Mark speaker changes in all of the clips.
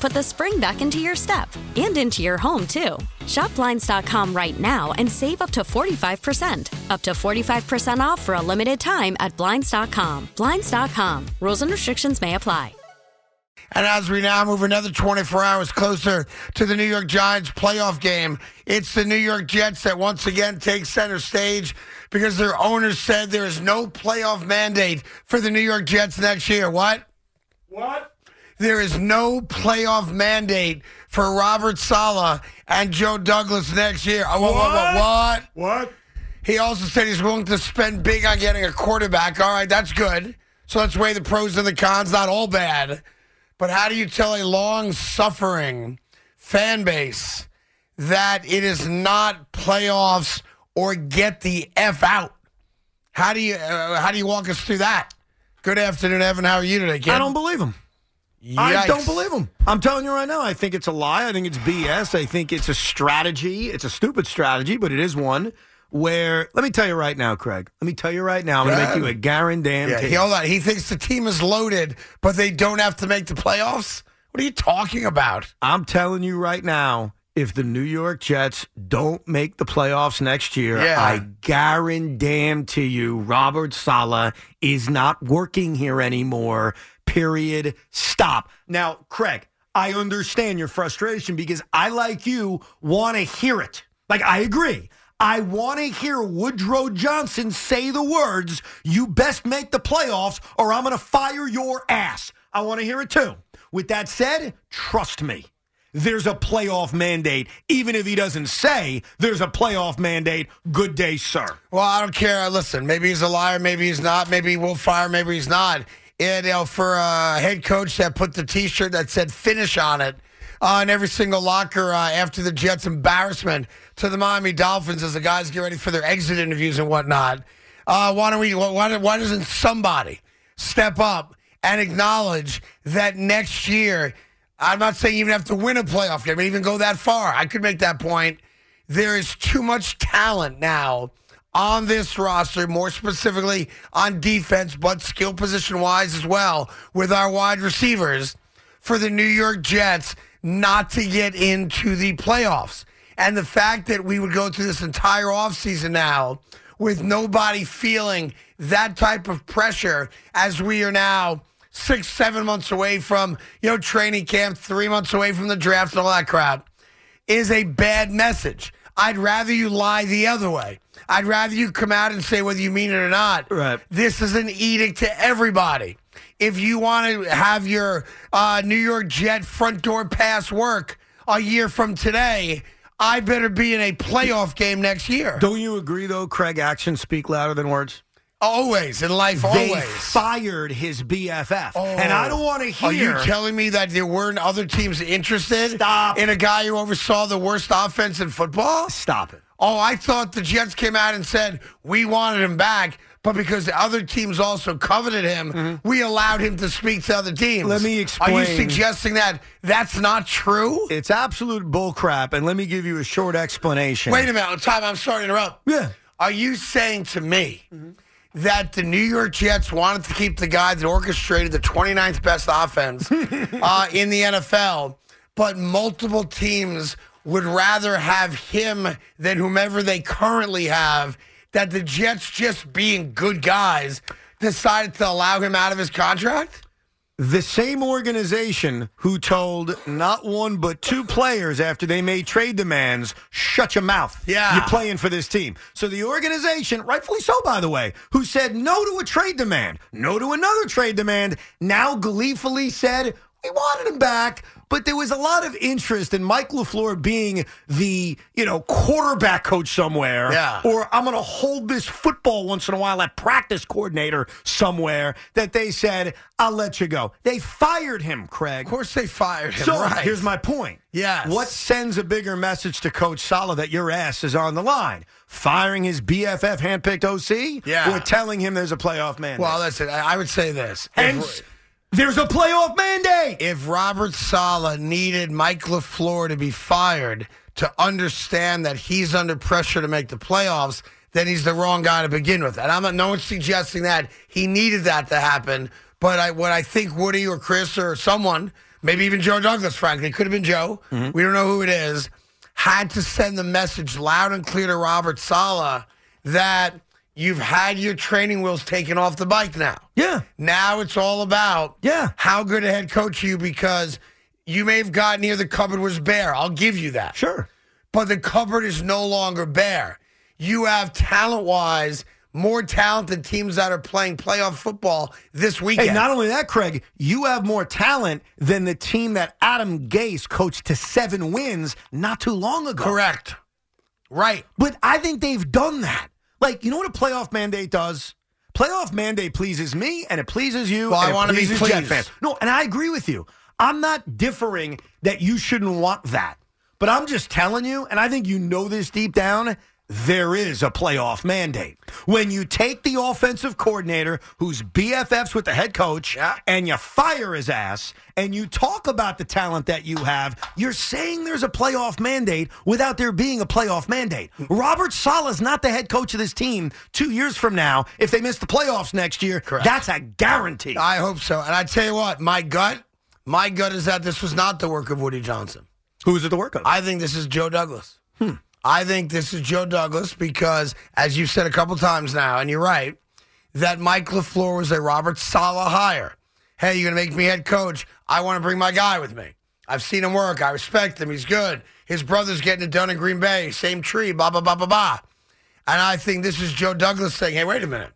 Speaker 1: put the spring back into your step and into your home, too. Shop Blinds.com right now and save up to 45%. Up to 45% off for a limited time at Blinds.com. Blinds.com. Rules and restrictions may apply.
Speaker 2: And as we now move another 24 hours closer to the New York Giants playoff game, it's the New York Jets that once again take center stage because their owner said there is no playoff mandate for the New York Jets next year. What?
Speaker 3: What?
Speaker 2: There is no playoff mandate for Robert Sala and Joe Douglas next year. Oh, what? What? what, what?
Speaker 3: What?
Speaker 2: He also said he's willing to spend big on getting a quarterback. All right, that's good. So let's weigh the pros and the cons. Not all bad. But how do you tell a long suffering fan base that it is not playoffs or get the F out? How do you uh, how do you walk us through that? Good afternoon, Evan. How are you today, kid?
Speaker 3: I don't believe him. I don't believe him. I'm telling you right now, I think it's a lie. I think it's BS. I think it's a strategy. It's a stupid strategy, but it is one where, let me tell you right now, Craig. Let me tell you right now, I'm going to make you a guarantee.
Speaker 2: Yeah, he, hold on. He thinks the team is loaded, but they don't have to make the playoffs. What are you talking about?
Speaker 3: I'm telling you right now, if the New York Jets don't make the playoffs next year,
Speaker 2: Yeah.
Speaker 3: I guarantee to you, Robert Sala is not working here anymore. Period. Stop. Now, Craig, I understand your frustration because I, like you, want to hear it. Like, I agree. I want to hear Woodrow Johnson say the words, you best make the playoffs or I'm going to fire your ass. I want to hear it too. With that said, trust me there's a playoff mandate, even if he doesn't say there's a playoff mandate. Good day, sir.
Speaker 2: Well, I don't care. Listen, maybe he's a liar, maybe he's not, maybe we'll fire, maybe he's not. And you know, for a head coach that put the T-shirt that said "finish" on it uh, in every single locker uh, after the Jets' embarrassment to the Miami Dolphins, as the guys get ready for their exit interviews and whatnot, uh, why don't we? Why, don't- why doesn't somebody step up and acknowledge that next year? I'm not saying you even have to win a playoff game, even go that far. I could make that point. There is too much talent now on this roster, more specifically on defense, but skill position wise as well, with our wide receivers for the New York Jets not to get into the playoffs. And the fact that we would go through this entire offseason now with nobody feeling that type of pressure as we are now six, seven months away from, you know, training camp, three months away from the draft and all that crap is a bad message. I'd rather you lie the other way. I'd rather you come out and say whether you mean it or not.
Speaker 3: Right.
Speaker 2: This is an edict to everybody. If you want to have your uh, New York Jet front door pass work a year from today, I better be in a playoff game next year.
Speaker 3: Don't you agree, though, Craig? Actions speak louder than words.
Speaker 2: Always in life,
Speaker 3: They
Speaker 2: always. Oh.
Speaker 3: fired his BFF, and I don't want to hear.
Speaker 2: Are you telling me that there weren't other teams interested
Speaker 3: Stop.
Speaker 2: in a guy who oversaw the worst offense in football?
Speaker 3: Stop it.
Speaker 2: Oh, I thought the Jets came out and said we wanted him back, but because the other teams also coveted him, we allowed him to speak to other teams.
Speaker 3: Mm-hmm. Let me
Speaker 2: Are you
Speaker 3: explain.
Speaker 2: suggesting that that's not true?
Speaker 3: It's absolute bullcrap, and let me give you a short explanation.
Speaker 2: Wait a minute, time. I'm sorry to interrupt.
Speaker 3: Yeah.
Speaker 2: Are you saying to me that the New York Jets wanted to keep the guy that orchestrated the 29th best offense uh, in the NFL, but multiple teams would rather have him than whomever they currently have. That the Jets, just being good guys, decided to allow him out of his contract?
Speaker 3: The same organization who told not one but two players after they made trade demands, shut your mouth.
Speaker 2: Yeah.
Speaker 3: You're playing for this team. So the organization, rightfully so, by the way, who said no to a trade demand, no to another trade demand, now gleefully said, we wanted him back, but there was a lot of interest in Mike LaFleur being the, you know, quarterback coach somewhere.
Speaker 2: Yeah.
Speaker 3: Or or I'm going to hold this football once in a while at practice coordinator somewhere that they said, I'll let you go. They fired him, Craig.
Speaker 2: Of course they fired him.
Speaker 3: So
Speaker 2: right.
Speaker 3: here's my point.
Speaker 2: Yes.
Speaker 3: What sends a bigger message to Coach Sala that your ass is on the line? Firing his BFF handpicked OC?
Speaker 2: Yeah.
Speaker 3: Or telling him there's a playoff mandate?
Speaker 2: Well, listen, I I would say this.
Speaker 3: Hence, there's a playoff mandate.
Speaker 2: if Robert Sala needed Mike LaFleur to be fired to understand that he's under pressure to make the playoffs, then he's the wrong guy to begin with. And I'm not no one's suggesting that he needed that to happen. But I what I think Woody or Chris or someone, maybe even Joe Douglas, frankly, could have been Joe. We don't know who it is, had to send the message loud and clear to Robert Sala that you've had your training wheels taken off the bike now.
Speaker 3: Yeah.
Speaker 2: Now it's all about
Speaker 3: Yeah.
Speaker 2: how good a head coach are you because you may have gotten here the cupboard was bare. I'll give you that.
Speaker 3: Sure.
Speaker 2: But the cupboard is no longer bare. You have talent wise more talented teams that are playing playoff football this
Speaker 3: Hey,
Speaker 2: weekend.
Speaker 3: not only that, Craig, you have more talent than the team that Adam Gase coached to seven wins not too long ago.
Speaker 2: correct. Right.
Speaker 3: But I think they've done that. Like, you know what a playoff mandate does? Playoff mandate pleases me and it pleases you.
Speaker 2: Well, I
Speaker 3: and it
Speaker 2: wanna be
Speaker 3: pleases Jet
Speaker 2: pleased.
Speaker 3: fans. No, and I agree with you. I'm not differing that you shouldn't want that. But I'm just telling you, and I think you know this deep down, there is a playoff mandate. When you take the offensive coordinator who's BFFs with the head coach and you fire his ass and you talk about the talent that you have, you're saying there's a playoff mandate without there being a playoff mandate. Robert Sala's not the head coach of this team two years from now. If they miss the playoffs next year, that's a guarantee.
Speaker 2: I hope so. And I tell you what, my gut, my gut is that this was not the work of Woody Johnson.
Speaker 3: Who is it the work of?
Speaker 2: I think this is Joe Douglas.
Speaker 3: Hmm.
Speaker 2: I think this is Joe Douglas because, as you've said a couple times now, and you're right, that Mike LaFleur was a Robert Sala hire. Hey, you're going to make me head coach. I want to bring my guy with me. I've seen him work. I respect him. He's good. His brother's getting it done in Green Bay. Same tree, blah, blah, blah, blah, blah. And I think this is Joe Douglas saying, hey, wait a minute.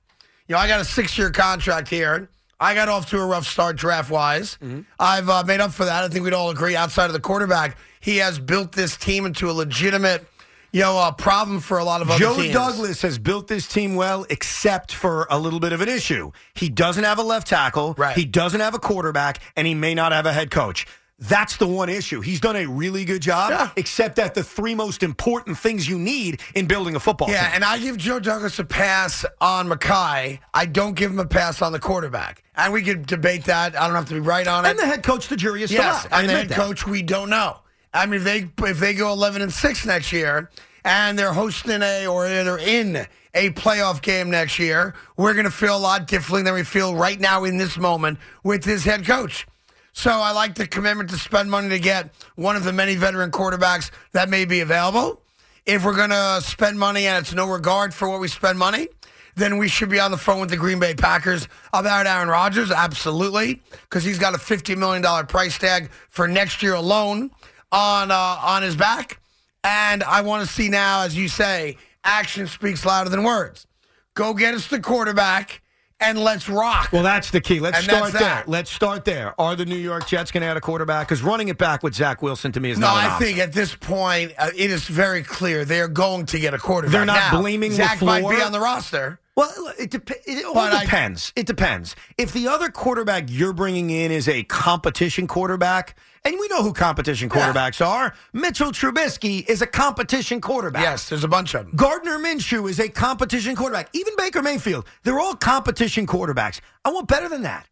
Speaker 2: You know, I got a six year contract here. I got off to a rough start draft wise.
Speaker 3: Mm-hmm.
Speaker 2: I've uh, made up for that. I think we'd all agree outside of the quarterback, he has built this team into a legitimate, you know, uh, problem for a lot of other
Speaker 3: Joe
Speaker 2: teams.
Speaker 3: Douglas has built this team well, except for a little bit of an issue. He doesn't have a left tackle,
Speaker 2: Right.
Speaker 3: he doesn't have a quarterback, and he may not have a head coach. That's the one issue. He's done a really good job,
Speaker 2: Yeah.
Speaker 3: except that the three most important things you need in building a football
Speaker 2: Yeah,
Speaker 3: team.
Speaker 2: and I give Joe Douglas a pass on Mackay. I don't give him a pass on the quarterback. And we could debate that. I don't have to be right on it.
Speaker 3: And the head coach, the jury is still
Speaker 2: yes,
Speaker 3: out. I
Speaker 2: and the head
Speaker 3: admit that.
Speaker 2: coach, we don't know. I mean, if they if they go eleven and six next year, and they're hosting a or they're in a playoff game next year, we're going to feel a lot differently than we feel right now in this moment with this head coach. So I like the commitment to spend money to get one of the many veteran quarterbacks that may be available. If we're going to spend money and it's no regard for what we spend money, then we should be on the phone with the Green Bay Packers about Aaron Rodgers, absolutely, because he's got a fifty million dollar price tag for next year alone on uh, on his back. And I want to see now, as you say, action speaks louder than words. Go get us the quarterback and let's rock.
Speaker 3: Well, that's the key. Let's
Speaker 2: And that's
Speaker 3: start there.
Speaker 2: that.
Speaker 3: Let's start there. Are the New York Jets going to add a quarterback? Because running it back with Zach Wilson to me is
Speaker 2: no,
Speaker 3: not an
Speaker 2: I
Speaker 3: option.
Speaker 2: think at this point uh, it is very clear they are going to get a quarterback.
Speaker 3: They're not
Speaker 2: Now,
Speaker 3: blaming
Speaker 2: Zach might be
Speaker 3: LaFleur?
Speaker 2: on the roster.
Speaker 3: Well, it, dep- it all
Speaker 2: But I-
Speaker 3: depends. it depends. If the other quarterback you're bringing in is a competition quarterback, and we know who competition quarterbacks are, Mitchell Trubisky is a competition quarterback.
Speaker 2: Yes, there's a bunch of them.
Speaker 3: Gardner Minshew is a competition quarterback. Even Baker Mayfield, they're all competition quarterbacks. I want better than that.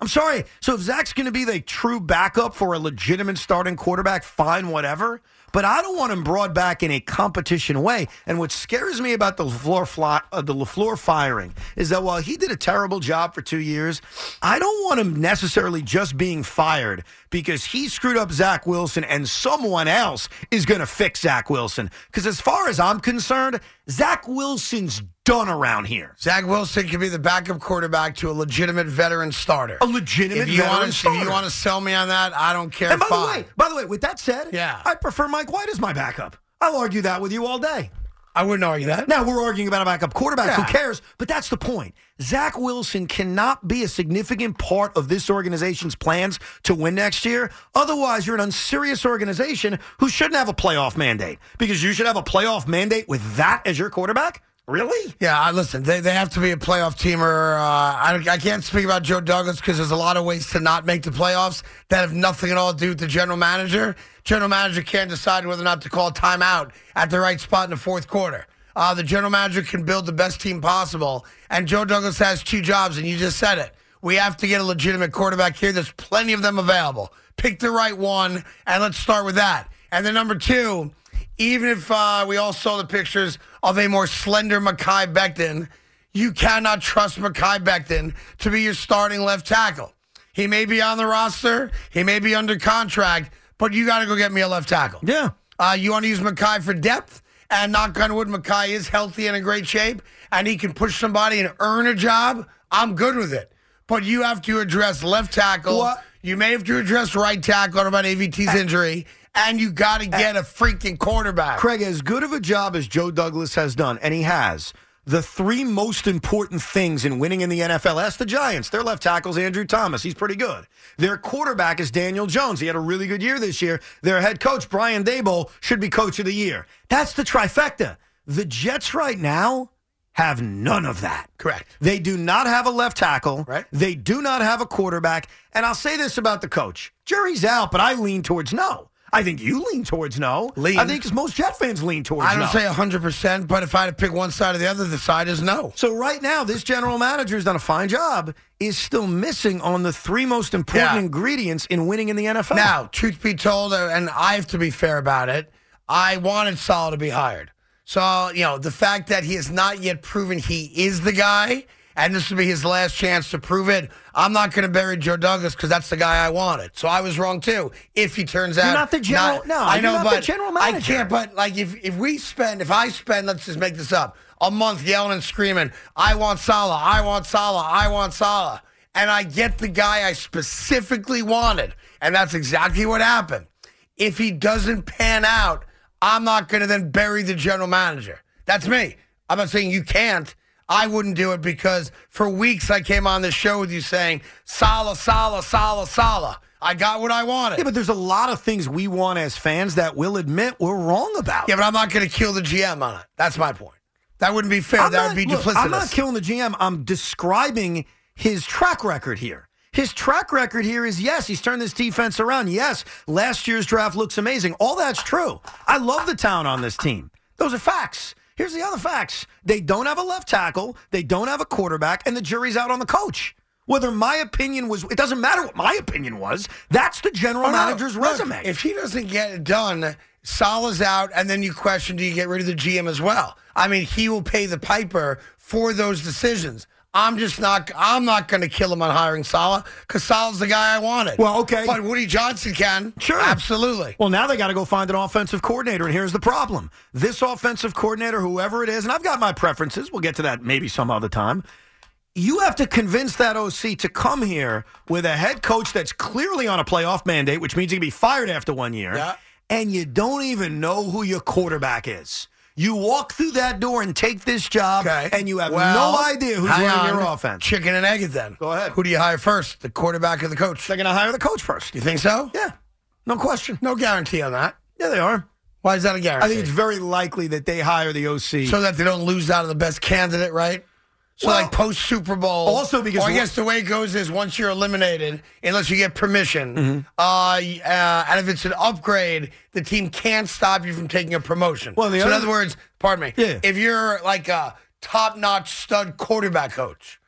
Speaker 3: I'm sorry. So if Zach's going to be the true backup for a legitimate starting quarterback, fine, whatever. but I don't want him brought back in a competition way. And what scares me about the Lafleur fly, uh, the Lafleur firing is that while he did a terrible job for two years, I don't want him necessarily just being fired because he screwed up Zach Wilson and someone else is going to fix Zach Wilson. Because as far as I'm concerned, Zach Wilson's done around here.
Speaker 2: Zach Wilson could be the backup quarterback to a legitimate veteran starter.
Speaker 3: A legitimate
Speaker 2: if you
Speaker 3: veteran
Speaker 2: wanna, If
Speaker 3: starter.
Speaker 2: you want to sell me on that, I don't care.
Speaker 3: And by
Speaker 2: fine.
Speaker 3: the way, by the way, with that said,
Speaker 2: Yeah.
Speaker 3: I prefer Mike White as my backup. I'll argue that with you all day.
Speaker 2: I wouldn't argue that.
Speaker 3: Now we're arguing about a backup quarterback.
Speaker 2: Yeah.
Speaker 3: Who cares? But that's the point. Zach Wilson cannot be a significant part of this organization's plans to win next year. Otherwise, you're an unserious organization who shouldn't have a playoff mandate because you should have a playoff mandate with that as your quarterback. Really?
Speaker 2: Yeah, I, listen, they, they have to be a playoff team, or uh, I, I can't speak about Joe Douglas because there's a lot of ways to not make the playoffs that have nothing at all to do with the general manager. General manager can't decide whether or not to call a timeout at the right spot in the fourth quarter. Uh, the general manager can build the best team possible, and Joe Douglas has two jobs, and you just said it. We have to get a legitimate quarterback here. There's plenty of them available. Pick the right one, and let's start with that. And then number two, even if uh, we all saw the pictures of a more slender Makai Becton, you cannot trust Makai Becton to be your starting left tackle. He may be on the roster, he may be under contract, but you got to go get me a left tackle.
Speaker 3: Yeah.
Speaker 2: Uh, you want to use Makai for depth, and knock on wood, Makai is healthy and in great shape, and he can push somebody and earn a job. I'm good with it. But you have to address left tackle.
Speaker 3: What?
Speaker 2: You may have to address right tackle on about
Speaker 3: Uh,
Speaker 2: AVT's injury, and you got to get a freaking quarterback.
Speaker 3: Craig, as good of a job as Joe Douglas has done, and he has, the three most important things in winning in the NFL, ask the Giants. Their left tackle's Andrew Thomas. He's pretty good. Their quarterback is Daniel Jones. He had a really good year this year. Their head coach, Brian Dable, should be coach of the year. That's the trifecta. The Jets right now have none of that.
Speaker 2: Correct.
Speaker 3: They do not have a left tackle.
Speaker 2: Right.
Speaker 3: They do not have a quarterback. And I'll say this about the coach. Jury's out, but I lean towards no. I think you lean towards no.
Speaker 2: Lean.
Speaker 3: I think because most Jet fans lean towards
Speaker 2: I don't
Speaker 3: no.
Speaker 2: say 100%, but if I had to pick one side or the other, the side is no.
Speaker 3: so right now, this general manager has done a fine job. Is still missing on the three most important
Speaker 2: Yeah.
Speaker 3: ingredients in winning in the NFL.
Speaker 2: Now, truth be told, uh, and I have to be fair about it, I wanted Saul to be hired. So, you know, the fact that he has not yet proven he is the guy, and this will be his last chance to prove it, I'm not going to bury Joe Douglas because that's the guy I wanted. So I was wrong too. If he turns out
Speaker 3: not the general- no,
Speaker 2: I
Speaker 3: you're
Speaker 2: know,
Speaker 3: not the
Speaker 2: but
Speaker 3: general
Speaker 2: I
Speaker 3: manager.
Speaker 2: can't. But like, if if we spend, if I spend, let's just make this up, a month yelling and screaming, I want Salah, I want Salah, I want Salah, and I get the guy I specifically wanted, and that's exactly what happened. If he doesn't pan out, I'm not going to then bury the general manager. That's me. I'm not saying you can't. I wouldn't do it because for weeks I came on this show with you saying Salah, Salah, Salah, Salah. I got what I wanted.
Speaker 3: yeah, but there's a lot of things we want as fans that we'll admit we're wrong about.
Speaker 2: Yeah, but I'm not going to kill the GM on it. That's my point. That wouldn't be fair.
Speaker 3: I'm
Speaker 2: that
Speaker 3: not-
Speaker 2: would be
Speaker 3: look,
Speaker 2: duplicitous.
Speaker 3: I'm not killing the GM. I'm describing his track record here. His track record here is yes, he's turned this defense around. Yes, last year's draft looks amazing. All that's true. I love the town on this team. Those are facts. Here's the other facts they don't have a left tackle, they don't have a quarterback, and the jury's out on the coach. Whether my opinion was, it doesn't matter what my opinion was. That's the general
Speaker 2: Oh, no.
Speaker 3: manager's
Speaker 2: Look,
Speaker 3: resume.
Speaker 2: If he doesn't get it done, Salah's out, and then you question do you get rid of the GM as well? I mean, he will pay the piper for those decisions. I'm just not. I'm not going to kill him on hiring Salah because Salah's the guy I wanted.
Speaker 3: Well, okay.
Speaker 2: but Woody Johnson can.
Speaker 3: Sure.
Speaker 2: absolutely.
Speaker 3: Well, now they got to go find an offensive coordinator, and here's the problem: this offensive coordinator, whoever it is, and I've got my preferences. We'll get to that maybe some other time. You have to convince that OC to come here with a head coach that's clearly on a playoff mandate, which means he can be fired after one year,
Speaker 2: Yeah.
Speaker 3: and you don't even know who your quarterback is. You walk through that door and take this job, and you have
Speaker 2: Well,
Speaker 3: no idea who's
Speaker 2: hang
Speaker 3: running
Speaker 2: on.
Speaker 3: your offense.
Speaker 2: Chicken and egg it then.
Speaker 3: Go ahead.
Speaker 2: Who do you hire first? The quarterback or the coach?
Speaker 3: They're going to hire the coach first.
Speaker 2: You think so?
Speaker 3: Yeah, no question.
Speaker 2: No guarantee on that.
Speaker 3: Yeah, they are.
Speaker 2: Why is that a guarantee?
Speaker 3: I think it's very likely that they hire the OC.
Speaker 2: so that they don't lose out of the best candidate, right? So
Speaker 3: Well-
Speaker 2: like post Super Bowl,
Speaker 3: Also because-
Speaker 2: or I guess the way it goes is once you're eliminated, unless you get permission,
Speaker 3: Mm-hmm.
Speaker 2: uh, y- uh, and if it's an upgrade, the team can't stop you from taking a promotion.
Speaker 3: Well, the
Speaker 2: so in
Speaker 3: other-
Speaker 2: other words, pardon me,
Speaker 3: Yeah.
Speaker 2: if you're like a top notch stud quarterback coach,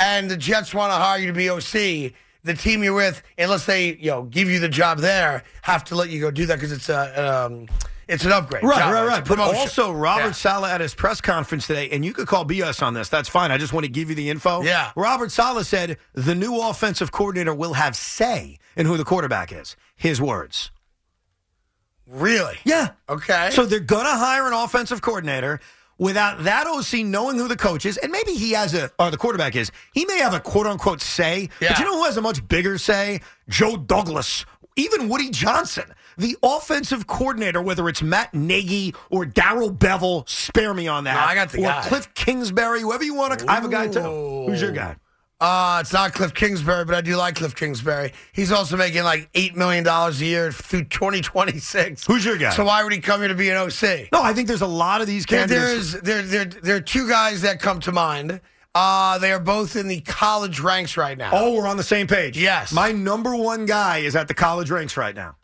Speaker 2: and the Jets want to hire you to be OC, the team you're with, unless they you know give you the job there, have to let you go do that because it's a um, it's an upgrade.
Speaker 3: Right,
Speaker 2: job,
Speaker 3: right,
Speaker 2: it's a
Speaker 3: right. But
Speaker 2: promotion.
Speaker 3: also, Robert
Speaker 2: Yeah.
Speaker 3: Sala at his press conference today, and you could call BS on this. That's fine. I just want to give you the info.
Speaker 2: Yeah.
Speaker 3: Robert Sala said the new offensive coordinator will have say in who the quarterback is. His words.
Speaker 2: really,
Speaker 3: Yeah.
Speaker 2: okay.
Speaker 3: So they're going to hire an offensive coordinator without that OC knowing who the coach is, and maybe he has a, or the quarterback is, he may have a quote unquote say. But
Speaker 2: Yeah.
Speaker 3: you know who has a much bigger say? Joe Douglas. Even Woody Johnson, the offensive coordinator, whether it's Matt Nagy or Daryl Bevel, spare me on that.
Speaker 2: No, I got the
Speaker 3: or
Speaker 2: guy.
Speaker 3: Cliff Kingsbury, whoever you want to. I have a guy too. Who's your guy?
Speaker 2: Uh, it's not Cliff Kingsbury, but I do like Cliff Kingsbury. He's also making like eight million dollars a year through 2026.
Speaker 3: Who's your guy?
Speaker 2: So why would he come here to be an OC?
Speaker 3: No, I think there's a lot of these
Speaker 2: There,
Speaker 3: candidates.
Speaker 2: there's there, there there are two guys that come to mind. Uh, they are both in the college ranks right now.
Speaker 3: oh, we're on the same page.
Speaker 2: Yes.
Speaker 3: My number one guy is at the college ranks right now.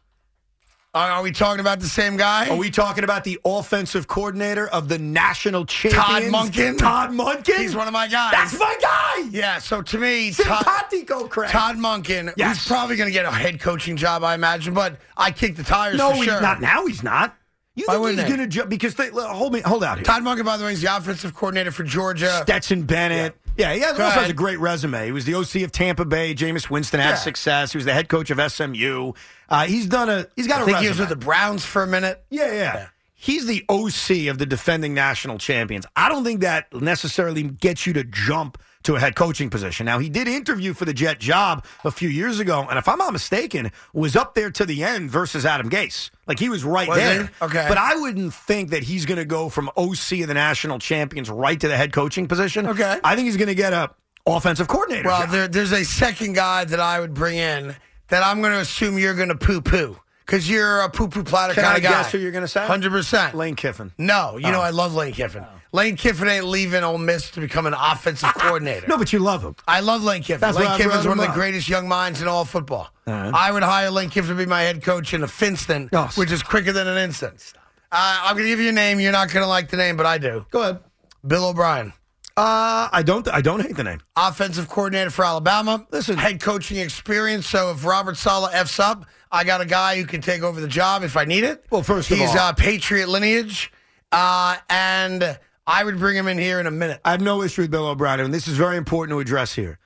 Speaker 2: Are, are we talking about the same guy?
Speaker 3: Are we talking about the offensive coordinator of the national champions?
Speaker 2: Monken?
Speaker 3: Todd Munkin?
Speaker 2: He's one of my guys.
Speaker 3: That's my guy!
Speaker 2: yeah. So to me, Todd,
Speaker 3: Simpatico, Craig.
Speaker 2: Todd Munkin,
Speaker 3: Oh, Yes.
Speaker 2: he's probably going to get a head coaching job, I imagine. But I kick the tires
Speaker 3: no,
Speaker 2: for
Speaker 3: he's
Speaker 2: sure.
Speaker 3: not. Now he's not. You
Speaker 2: Why
Speaker 3: think he's
Speaker 2: wouldn't he?
Speaker 3: going to jump? Because they, look, hold me, hold out here.
Speaker 2: Todd Munkin, by the way, is the offensive coordinator for Georgia.
Speaker 3: Stetson Bennett. Yeah, he has,
Speaker 2: Go
Speaker 3: also has
Speaker 2: ahead.
Speaker 3: a great resume. He was the OC of Tampa Bay. Jameis Winston had
Speaker 2: Yeah.
Speaker 3: success. He was the head coach of SMU. Uh, he's done a. He's got a
Speaker 2: I think
Speaker 3: resume.
Speaker 2: he was with the Browns for a minute.
Speaker 3: Yeah, yeah. He's the OC of the defending national champions. I don't think that necessarily gets you to jump to a head coaching position. Now, he did interview for the Jet job a few years ago, and if I'm not mistaken, was up there to the end versus Adam Gase. Like he was right
Speaker 2: Was he?
Speaker 3: there.
Speaker 2: Okay.
Speaker 3: But I wouldn't think that he's going to go from OC of the national champions right to the head coaching position.
Speaker 2: Okay.
Speaker 3: I think he's going to get a offensive coordinator.
Speaker 2: Well,
Speaker 3: job.
Speaker 2: there, there's a second guy that I would bring in that I'm going to assume you're going to poo poo because you're a poo poo platter
Speaker 3: Can
Speaker 2: kind
Speaker 3: I
Speaker 2: of guy.
Speaker 3: guess who you're going to say?
Speaker 2: Hundred percent.
Speaker 3: Lane Kiffin. Oh.
Speaker 2: No, you know I love Lane Kiffin. Lane Kiffin ain't leaving Ole Miss to become an offensive coordinator.
Speaker 3: No, but you love him.
Speaker 2: I love Lane Kiffin.
Speaker 3: That's why
Speaker 2: Lane
Speaker 3: I
Speaker 2: Kiffin's
Speaker 3: brought
Speaker 2: one of
Speaker 3: him
Speaker 2: the
Speaker 3: up.
Speaker 2: greatest young minds in all football. I would hire Lane Kiffin to be my head coach in a Finston,
Speaker 3: Oh,
Speaker 2: which is quicker than an instant. Uh, I'm going to give you a name. You're not going to like the name, but I do.
Speaker 3: Go ahead.
Speaker 2: Bill O'Brien.
Speaker 3: Uh, I don't. I don't hate the name.
Speaker 2: offensive coordinator for Alabama.
Speaker 3: Listen.
Speaker 2: head coaching experience. So if Robert Sala f's up, I got a guy who can take over the job if I need it.
Speaker 3: Well, first of
Speaker 2: he's
Speaker 3: all-
Speaker 2: uh, Patriot lineage, uh, and I would bring him in here in a minute.
Speaker 3: I have no issue with Bill O'Brien, and this is very important to address here.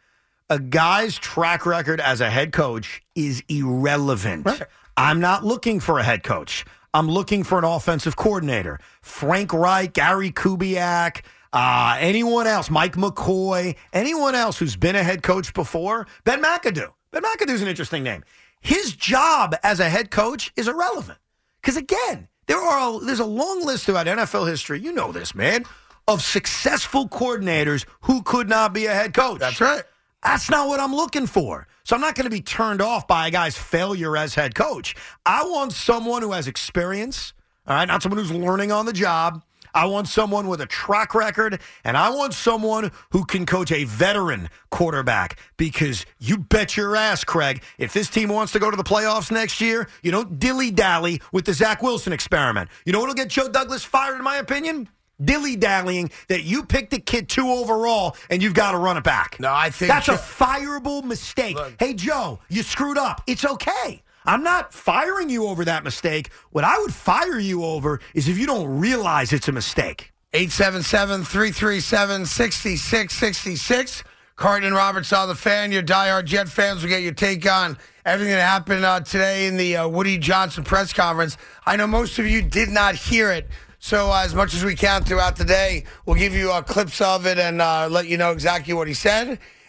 Speaker 3: A guy's track record as a head coach is irrelevant. I'm not looking for a head coach. I'm looking for an offensive coordinator. Frank Reich, Gary Kubiak, uh, anyone else, Mike McCoy, anyone else who's been a head coach before. Ben McAdoo. Ben McAdoo's an interesting name. His job as a head coach is irrelevant. Because again, there are there's a long list throughout NFL history. You know this, man, of successful coordinators who could not be a head coach.
Speaker 2: That's right.
Speaker 3: That's not what I'm looking for. So I'm not going to be turned off by a guy's failure as head coach. I want someone who has experience, all right, not someone who's learning on the job. I want someone with a track record, and I want someone who can coach a veteran quarterback because you bet your ass, Craig, if this team wants to go to the playoffs next year, you don't dilly dally with the Zach Wilson experiment. You know what'll get Joe Douglas fired, in my opinion? Dilly dallying that you picked a kid two overall and you've got to run it back.
Speaker 2: No, I think
Speaker 3: that's a
Speaker 2: Joe-
Speaker 3: fireable mistake. hey, Joe, you screwed up. It's okay. I'm not firing you over that mistake. What I would fire you over is if you don't realize it's a mistake.
Speaker 2: 877-337-6666. Carton and Roberts on the fan. Your diehard Jet fans will get your take on everything that happened uh, today in the uh, Woody Johnson press conference. I know most of you did not hear it. So uh, as much as we can throughout the day, we'll give you uh, clips of it and uh, let you know exactly what he said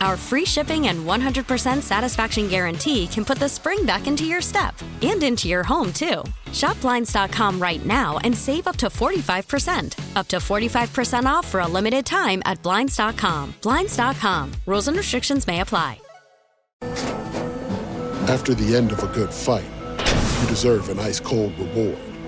Speaker 1: Our free shipping and 100% satisfaction guarantee can put the spring back into your step and into your home, too. Shop Blinds.com right now and save up to 45%. Up to 45% off for a limited time at Blinds.com. Blinds.com. Rules and restrictions may apply.
Speaker 4: After the end of a good fight, you deserve an ice cold reward.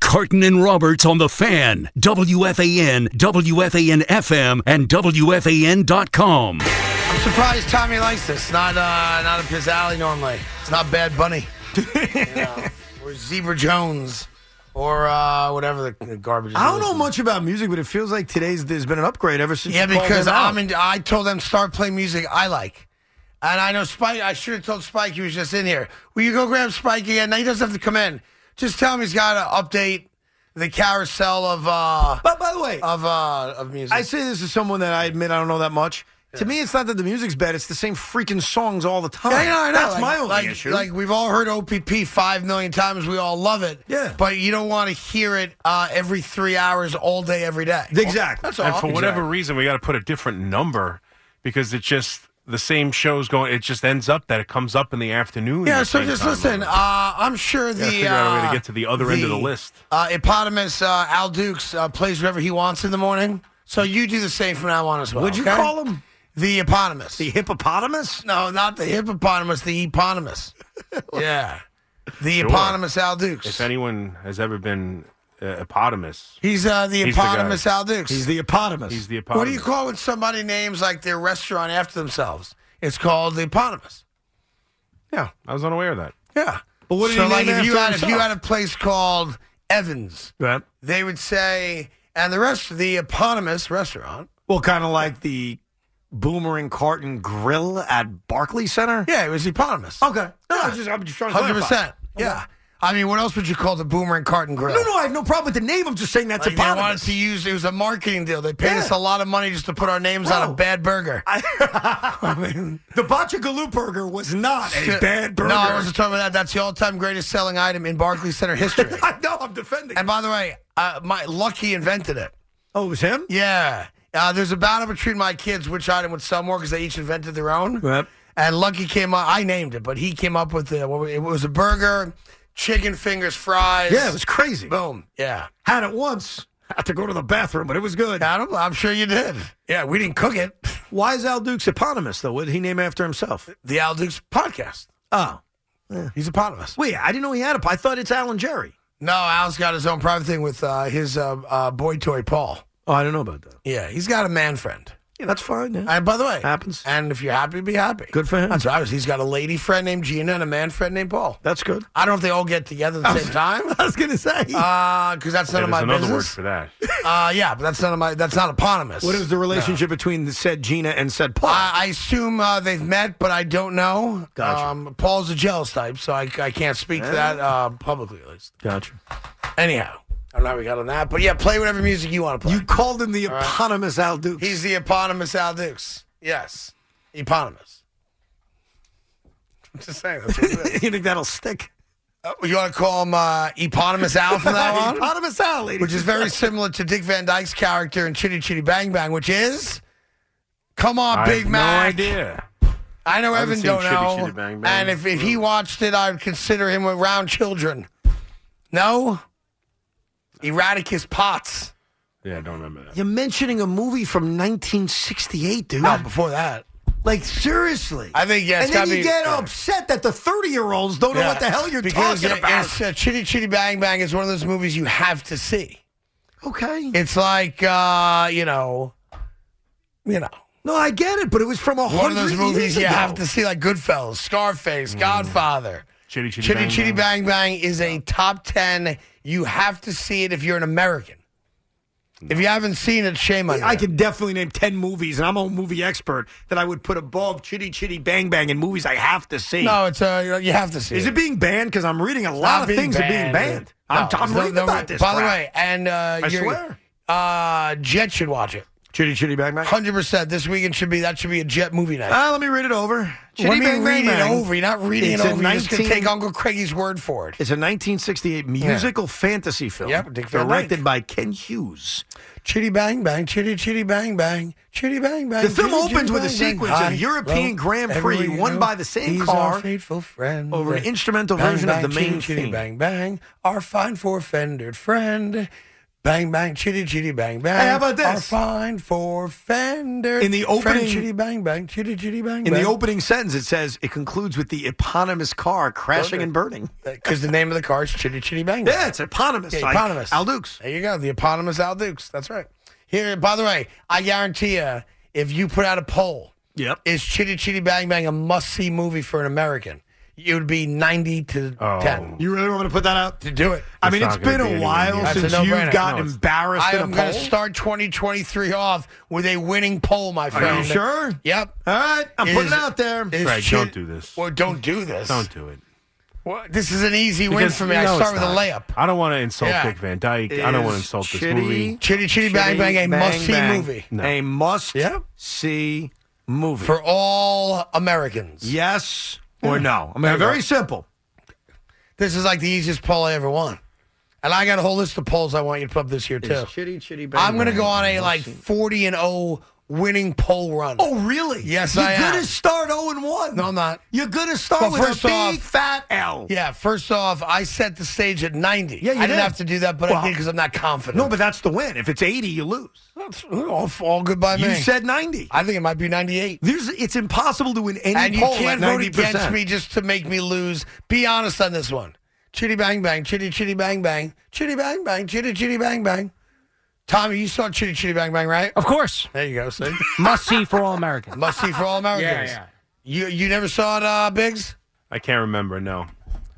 Speaker 5: Carton and Roberts on the fan, WFAN, WFAN FM, and WFAN.com.
Speaker 2: I'm surprised Tommy likes this. Not uh, not up his alley normally. It's not Bad Bunny, you know, or Zebra Jones, or uh, whatever the, the garbage.
Speaker 3: I don't
Speaker 2: is.
Speaker 3: know much about music, but it feels like today's there's been an upgrade ever since.
Speaker 2: Yeah,
Speaker 3: you called
Speaker 2: because
Speaker 3: them out.
Speaker 2: I'm in, I told them start playing music I like. And I know Spike, I should have told Spike he was just in here. Will you go grab Spike again? Now he doesn't have to come in. Just tell him he's got to update the carousel of uh
Speaker 3: But by the way,
Speaker 2: of uh of music.
Speaker 3: I say this as someone that I admit I don't know that much. To me, it's not that the music's bad; it's the same freaking songs all the time.
Speaker 2: Yeah, I know, I know.
Speaker 3: That's
Speaker 2: Like-
Speaker 3: my only
Speaker 2: like,
Speaker 3: issue.
Speaker 2: Like we've all heard OPP five million times. We all love it.
Speaker 3: Yeah.
Speaker 2: But you don't want to hear it uh, every three hours, all day, every day.
Speaker 3: Exactly.
Speaker 2: That's all.
Speaker 6: And for whatever reason, we got to put a different number because it's just the same show's going. It just ends up that it comes up in the afternoon.
Speaker 2: Yeah,
Speaker 6: at
Speaker 2: so
Speaker 6: the same
Speaker 2: just
Speaker 6: time.
Speaker 2: listen. Uh, I'm sure the
Speaker 6: Gotta figure out a way to
Speaker 2: uh,
Speaker 6: get to the other end of the list.
Speaker 2: Uh, eponymous uh, Al Dukes uh, plays whoever he wants in the morning. So you do the same from now on as well.
Speaker 3: Would you
Speaker 2: okay?
Speaker 3: call him
Speaker 2: the eponymous?
Speaker 3: the hippopotamus?
Speaker 2: no, not the hippopotamus. The eponymous. yeah, the
Speaker 6: Sure.
Speaker 2: eponymous Al Dukes.
Speaker 6: If anyone has ever been uh, eponymous,
Speaker 2: he's uh, the
Speaker 6: He's the guy.
Speaker 2: eponymous Al Dukes.
Speaker 3: He's the hippopotamus.
Speaker 6: he's the eponymous.
Speaker 2: What do you call when somebody names like their restaurant after themselves? It's called the eponymous.
Speaker 6: Yeah, I was unaware of that.
Speaker 2: Yeah.
Speaker 3: But what did
Speaker 2: so
Speaker 3: he
Speaker 2: like
Speaker 3: name
Speaker 2: if you
Speaker 3: after
Speaker 2: had if you
Speaker 3: himself?
Speaker 2: had a place called Evans,
Speaker 3: right.
Speaker 2: they would say and the rest the eponymous restaurant.
Speaker 3: Well, kind of like the Boomerang Carton Grill at Barclay Center.
Speaker 2: Yeah, it was eponymous.
Speaker 3: Okay. No, I was just, I'm just trying to
Speaker 2: Hundred
Speaker 3: clarify.
Speaker 2: percent. Yeah. I mean, what else would you call the Boomer and Carton Grill?
Speaker 3: No, no, I have no problem with the name. I'm just saying that's
Speaker 2: Like, they wanted
Speaker 3: hippopotamus.
Speaker 2: to use it was a marketing deal. They paid
Speaker 3: Yeah. Oh.
Speaker 2: us a lot of money just to put our names on a
Speaker 3: Bro.
Speaker 2: bad burger.
Speaker 3: I mean, the Bachelor burger was not a bad burger.
Speaker 2: No, I wasn't talking about that. That's the all-time greatest selling item in Barclays Center history.
Speaker 3: I know, I'm defending.
Speaker 2: And by the way, uh, my Lucky invented it.
Speaker 3: oh, it was him?
Speaker 2: Yeah. Uh, there's a battle between my kids which item would sell more because they each invented their own.
Speaker 3: Yep.
Speaker 2: And Lucky came up, I named it, but he came up with the, what was- it was a burger, chicken fingers, fries.
Speaker 3: Yeah, it was crazy.
Speaker 2: Boom. Yeah.
Speaker 3: Had it once. Had to go to the bathroom, but it was good.
Speaker 2: I don't, I'm sure you did. Yeah, we didn't cook it.
Speaker 3: Why is Al Duke's eponymous, though? What did he name after himself?
Speaker 2: The Al Dukes podcast.
Speaker 3: Oh.
Speaker 2: He's a part of us.
Speaker 3: Wait, I didn't know he had a. I thought it's Alan Jerry.
Speaker 2: No, Al's got his own private thing with uh, his uh, uh, boy toy, Paul.
Speaker 3: Oh, I don't know about that.
Speaker 2: Yeah, he's got a man friend.
Speaker 3: Yeah, that's fine. Yeah.
Speaker 2: And by the way,
Speaker 3: Happens.
Speaker 2: And if you're happy, be happy.
Speaker 3: Good for him.
Speaker 2: That's right. He's got a lady friend named Gina and a man friend named Paul.
Speaker 3: That's good.
Speaker 2: I don't know if they all get together at the same time
Speaker 3: I was going to say.
Speaker 2: because that's none
Speaker 6: Yeah, there's
Speaker 2: of my
Speaker 6: another word
Speaker 2: business.
Speaker 6: for that.
Speaker 2: Uh, yeah, but that's none of my. That's not eponymous.
Speaker 3: what is the relationship between the said Gina and said Paul?
Speaker 2: I, I assume uh, they've met, but I don't know.
Speaker 3: Gotcha.
Speaker 2: Um, Paul's a jealous type, so I, I can't speak to that uh, publicly at least.
Speaker 3: gotcha.
Speaker 2: Anyhow, I don't know how we got on that, but yeah, play whatever music you want to play.
Speaker 3: You called him the eponymous Al Duke.
Speaker 2: He's the eponymous Al Dukes. Yes, eponymous. I'm just saying. That's what it is.
Speaker 3: you think that'll stick?
Speaker 2: Uh, you want to call him uh, eponymous Al from now on?
Speaker 3: eponymous Al, ladies.
Speaker 2: which is very similar to Dick Van Dyke's character in Chitty Chitty Bang Bang, which is, come on,
Speaker 6: I
Speaker 2: Big
Speaker 6: have
Speaker 2: Mac.
Speaker 6: No idea.
Speaker 2: I know
Speaker 6: haven't
Speaker 2: Evan
Speaker 6: seen
Speaker 2: don't
Speaker 6: Chitty
Speaker 2: know,
Speaker 6: Chitty Bang Bang.
Speaker 2: and if, if he watched it, I would consider him around children. No, Eradicus Potts.
Speaker 6: Yeah, I don't remember that.
Speaker 3: You're mentioning a movie from 1968, dude.
Speaker 2: No, before that,
Speaker 3: Like seriously,
Speaker 2: I think, yeah, it's
Speaker 3: and then
Speaker 2: gotta
Speaker 3: you
Speaker 2: be-
Speaker 3: get upset that the thirty-year-olds don't know what the hell you're
Speaker 2: Because
Speaker 3: talking
Speaker 2: it-
Speaker 3: about.
Speaker 2: It's, uh, Chitty Chitty Bang Bang is one of those movies you have to see.
Speaker 3: okay,
Speaker 2: It's like uh, you know, you know,
Speaker 3: no, I get it, but it was from a
Speaker 2: one of
Speaker 3: hundred
Speaker 2: those movies
Speaker 3: years
Speaker 2: you
Speaker 3: ago. Mm.
Speaker 2: have to see, like Goodfellas, Scarface, Godfather.
Speaker 6: Chitty Chitty,
Speaker 2: Chitty
Speaker 6: Bang
Speaker 2: Chitty
Speaker 6: Bang.
Speaker 2: Bang Bang is a top ten. You have to see it if you're an American. If you haven't seen it, shame on you.
Speaker 3: I can definitely name 10 movies, and I'm a movie expert, that I would put above Chitty Chitty Bang Bang in movies I have to see.
Speaker 2: No, it's uh, you have to see.
Speaker 3: Is
Speaker 2: it.
Speaker 3: it being banned? Because I'm reading a lot
Speaker 2: Not
Speaker 3: of
Speaker 2: being
Speaker 3: things are being banned. I'm,
Speaker 2: No,
Speaker 3: I'm
Speaker 2: no-
Speaker 3: reading
Speaker 2: no-
Speaker 3: about this.
Speaker 2: By the
Speaker 3: crap.
Speaker 2: way, and uh,
Speaker 3: I
Speaker 2: you're-
Speaker 3: swear.
Speaker 2: uh, Jet should watch it.
Speaker 3: Chitty Chitty Bang Bang.
Speaker 2: Hundred percent. This weekend should be that should be a Jet movie night.
Speaker 3: Ah, let me read it over. Chitty
Speaker 2: what do you
Speaker 3: Bang
Speaker 2: mean read
Speaker 3: Bang
Speaker 2: it
Speaker 3: Bang.
Speaker 2: over? You're not reading
Speaker 3: It's
Speaker 2: it
Speaker 3: a
Speaker 2: over. You're just gonna
Speaker 3: 19
Speaker 2: take Uncle Craigie's word for it.
Speaker 3: It's a 1968 musical fantasy film
Speaker 2: Yep, Dick Van Dyke.
Speaker 3: directed by Ken Hughes.
Speaker 2: Chitty bang bang, chitty chitty bang bang, chitty bang bang.
Speaker 3: The film
Speaker 2: chitty,
Speaker 3: opens
Speaker 2: chitty,
Speaker 3: with a
Speaker 2: bang, bang.
Speaker 3: sequence of a
Speaker 2: High,
Speaker 3: European
Speaker 2: low,
Speaker 3: Grand
Speaker 2: everywhere
Speaker 3: Prix
Speaker 2: you
Speaker 3: won
Speaker 2: go,
Speaker 3: by the same
Speaker 2: he's
Speaker 3: car
Speaker 2: our faithful friend.
Speaker 3: over an instrumental
Speaker 2: Bang,
Speaker 3: version of
Speaker 2: bang,
Speaker 3: the main
Speaker 2: chitty, Chitty
Speaker 3: theme.
Speaker 2: bang bang, our fine four fendered friend. Bang bang, chitty chitty bang bang.
Speaker 3: Hey, how about
Speaker 2: Our
Speaker 3: this?
Speaker 2: fine four fender.
Speaker 3: In the opening-
Speaker 2: chitty bang bang, chitty chitty bang.
Speaker 3: In the opening sentence, it says it concludes with the eponymous car crashing and burning.
Speaker 2: because Uh, the name of the car is chitty chitty bang bang.
Speaker 3: Yeah, it's eponymous.
Speaker 2: Yeah,
Speaker 3: like
Speaker 2: eponymous.
Speaker 3: Al Dukes.
Speaker 2: There you go. The eponymous Al Dukes. That's right. Here, by the way, I guarantee you, if you put out a poll,
Speaker 3: Yep.
Speaker 2: is Chitty Chitty Bang Bang a must see movie for an American? It would be 90 to
Speaker 6: Oh.
Speaker 2: 10.
Speaker 3: You really want me to put that out?
Speaker 2: To do it.
Speaker 3: I mean,
Speaker 6: It's
Speaker 3: it's
Speaker 6: not gonna
Speaker 3: been
Speaker 6: be
Speaker 3: a
Speaker 6: anywhere
Speaker 3: while
Speaker 6: near.
Speaker 2: That's a
Speaker 3: since you've
Speaker 2: no-brainer.
Speaker 3: got
Speaker 6: No, it's-
Speaker 3: embarrassed
Speaker 2: I
Speaker 3: in a
Speaker 2: am going
Speaker 3: poll.
Speaker 2: to start 2023 off with a winning poll, my friend.
Speaker 3: Are you sure?
Speaker 2: Yep.
Speaker 3: All right, Uh, I'm
Speaker 2: Is-
Speaker 3: putting it out there.
Speaker 2: is
Speaker 6: Craig,
Speaker 2: Chit-
Speaker 6: don't do this.
Speaker 2: Well, don't do this.
Speaker 6: Don't do it.
Speaker 2: Well, This is an easy win
Speaker 6: Because
Speaker 2: for me.
Speaker 6: you know
Speaker 2: I start
Speaker 6: it's
Speaker 2: with a
Speaker 6: not.
Speaker 2: layup.
Speaker 6: I don't want to insult
Speaker 2: Yeah.
Speaker 6: Dick Van Dyke. I don't want to
Speaker 3: Is
Speaker 6: insult this
Speaker 3: Chitty-
Speaker 6: movie.
Speaker 2: Chitty Chitty Bang Bang, a
Speaker 3: Bang,
Speaker 2: must-see
Speaker 3: bang.
Speaker 2: movie.
Speaker 6: No.
Speaker 3: A must
Speaker 2: Yep.
Speaker 3: see movie.
Speaker 2: For all Americans.
Speaker 3: yes or no? I mean, very simple.
Speaker 2: This is like the easiest poll I ever won. And I got a whole list of polls I want you to put up this year, too.
Speaker 3: Is Chitty Chitty Bang
Speaker 2: I'm going to
Speaker 3: Bang
Speaker 2: go on a
Speaker 3: must
Speaker 2: like
Speaker 3: see-
Speaker 2: 40 and 0 winning poll run.
Speaker 3: Oh, really?
Speaker 2: Yes,
Speaker 3: You're
Speaker 2: I am.
Speaker 3: gonna start 0 and 1.
Speaker 2: No, I'm not.
Speaker 3: You're gonna start
Speaker 2: Well,
Speaker 3: with
Speaker 2: first
Speaker 3: a big
Speaker 2: off-
Speaker 3: fat L.
Speaker 2: Yeah, first off, I set the stage at 90.
Speaker 3: Yeah, you
Speaker 2: I didn't
Speaker 3: did.
Speaker 2: have to do that, but I
Speaker 3: Well,
Speaker 2: did because I'm not confident.
Speaker 3: No, but that's the win. If it's 80, you lose.
Speaker 2: that's all, all good by
Speaker 3: You
Speaker 2: me.
Speaker 3: said 90.
Speaker 2: I think it might be 98.
Speaker 3: There's, it's impossible to win any
Speaker 2: And you
Speaker 3: poll
Speaker 2: can't
Speaker 3: at
Speaker 2: vote
Speaker 3: 90%.
Speaker 2: against me just to make me lose. Be honest on this one. Chitty bang bang, chitty chitty bang bang, chitty bang bang, chitty chitty bang bang. Tommy, you saw chitty chitty bang bang, right?
Speaker 7: Of course.
Speaker 2: There you go. See,
Speaker 7: Must see for all Americans.
Speaker 2: must see for all Americans.
Speaker 7: yeah.
Speaker 2: You you never saw it, uh, Biggs?
Speaker 6: I can't remember. No,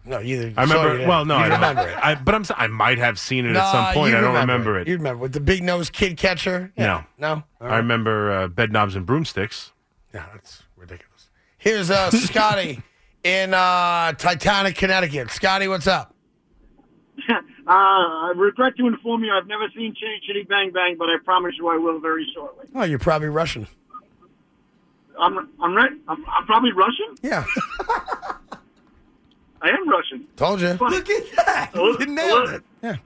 Speaker 2: No, you.
Speaker 6: I remember. well, no,
Speaker 2: you
Speaker 6: I don't.
Speaker 2: remember it.
Speaker 6: I, but I'm. s- I might have seen it
Speaker 2: Nah,
Speaker 6: at some point.
Speaker 2: you
Speaker 6: I don't remember
Speaker 2: You
Speaker 6: it.
Speaker 2: remember with the big nose kid catcher? no. All
Speaker 6: I remember uh, bed knobs and broomsticks.
Speaker 2: Yeah, that's ridiculous. Here's uh, Scotty in uh, Titanic, Connecticut. Scotty, what's up?
Speaker 8: uh, I regret to inform you I've never seen Chitty Chitty Bang Bang, but I promise you I will very shortly.
Speaker 2: Well, you're probably Russian.
Speaker 8: I'm I'm right. I'm, I'm probably Russian.
Speaker 2: Yeah,
Speaker 8: I am Russian.
Speaker 2: told you.
Speaker 3: Look at that.
Speaker 8: Hello?
Speaker 3: You nailed
Speaker 8: Hello?
Speaker 3: it.
Speaker 2: Yeah.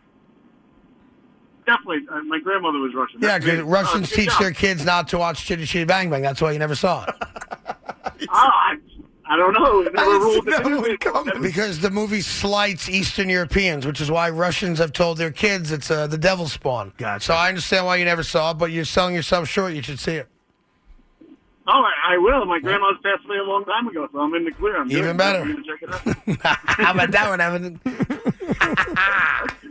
Speaker 8: Definitely, uh, my grandmother was Russian.
Speaker 2: Yeah,
Speaker 8: That's
Speaker 2: because
Speaker 8: great.
Speaker 2: Russians
Speaker 8: Uh, good
Speaker 2: teach
Speaker 8: job.
Speaker 2: their kids not to watch Chitty Chitty Bang Bang. That's why you never saw it.
Speaker 8: Oh, I, I don't know. It Never
Speaker 3: didn't
Speaker 8: ruled
Speaker 3: see that
Speaker 8: it.
Speaker 3: one coming.
Speaker 2: Because the movie slights Eastern Europeans, which is why Russians have told their kids it's uh, the devil's spawn.
Speaker 3: Gotcha.
Speaker 2: So I understand why you never saw it, but you're selling yourself short. You should see it.
Speaker 8: Oh, I, I will. My grandma's passed away a long time ago, so I'm in the clear. I'm good.
Speaker 2: Even better.
Speaker 8: I'm gonna check it out.
Speaker 2: How about that one, Evan? All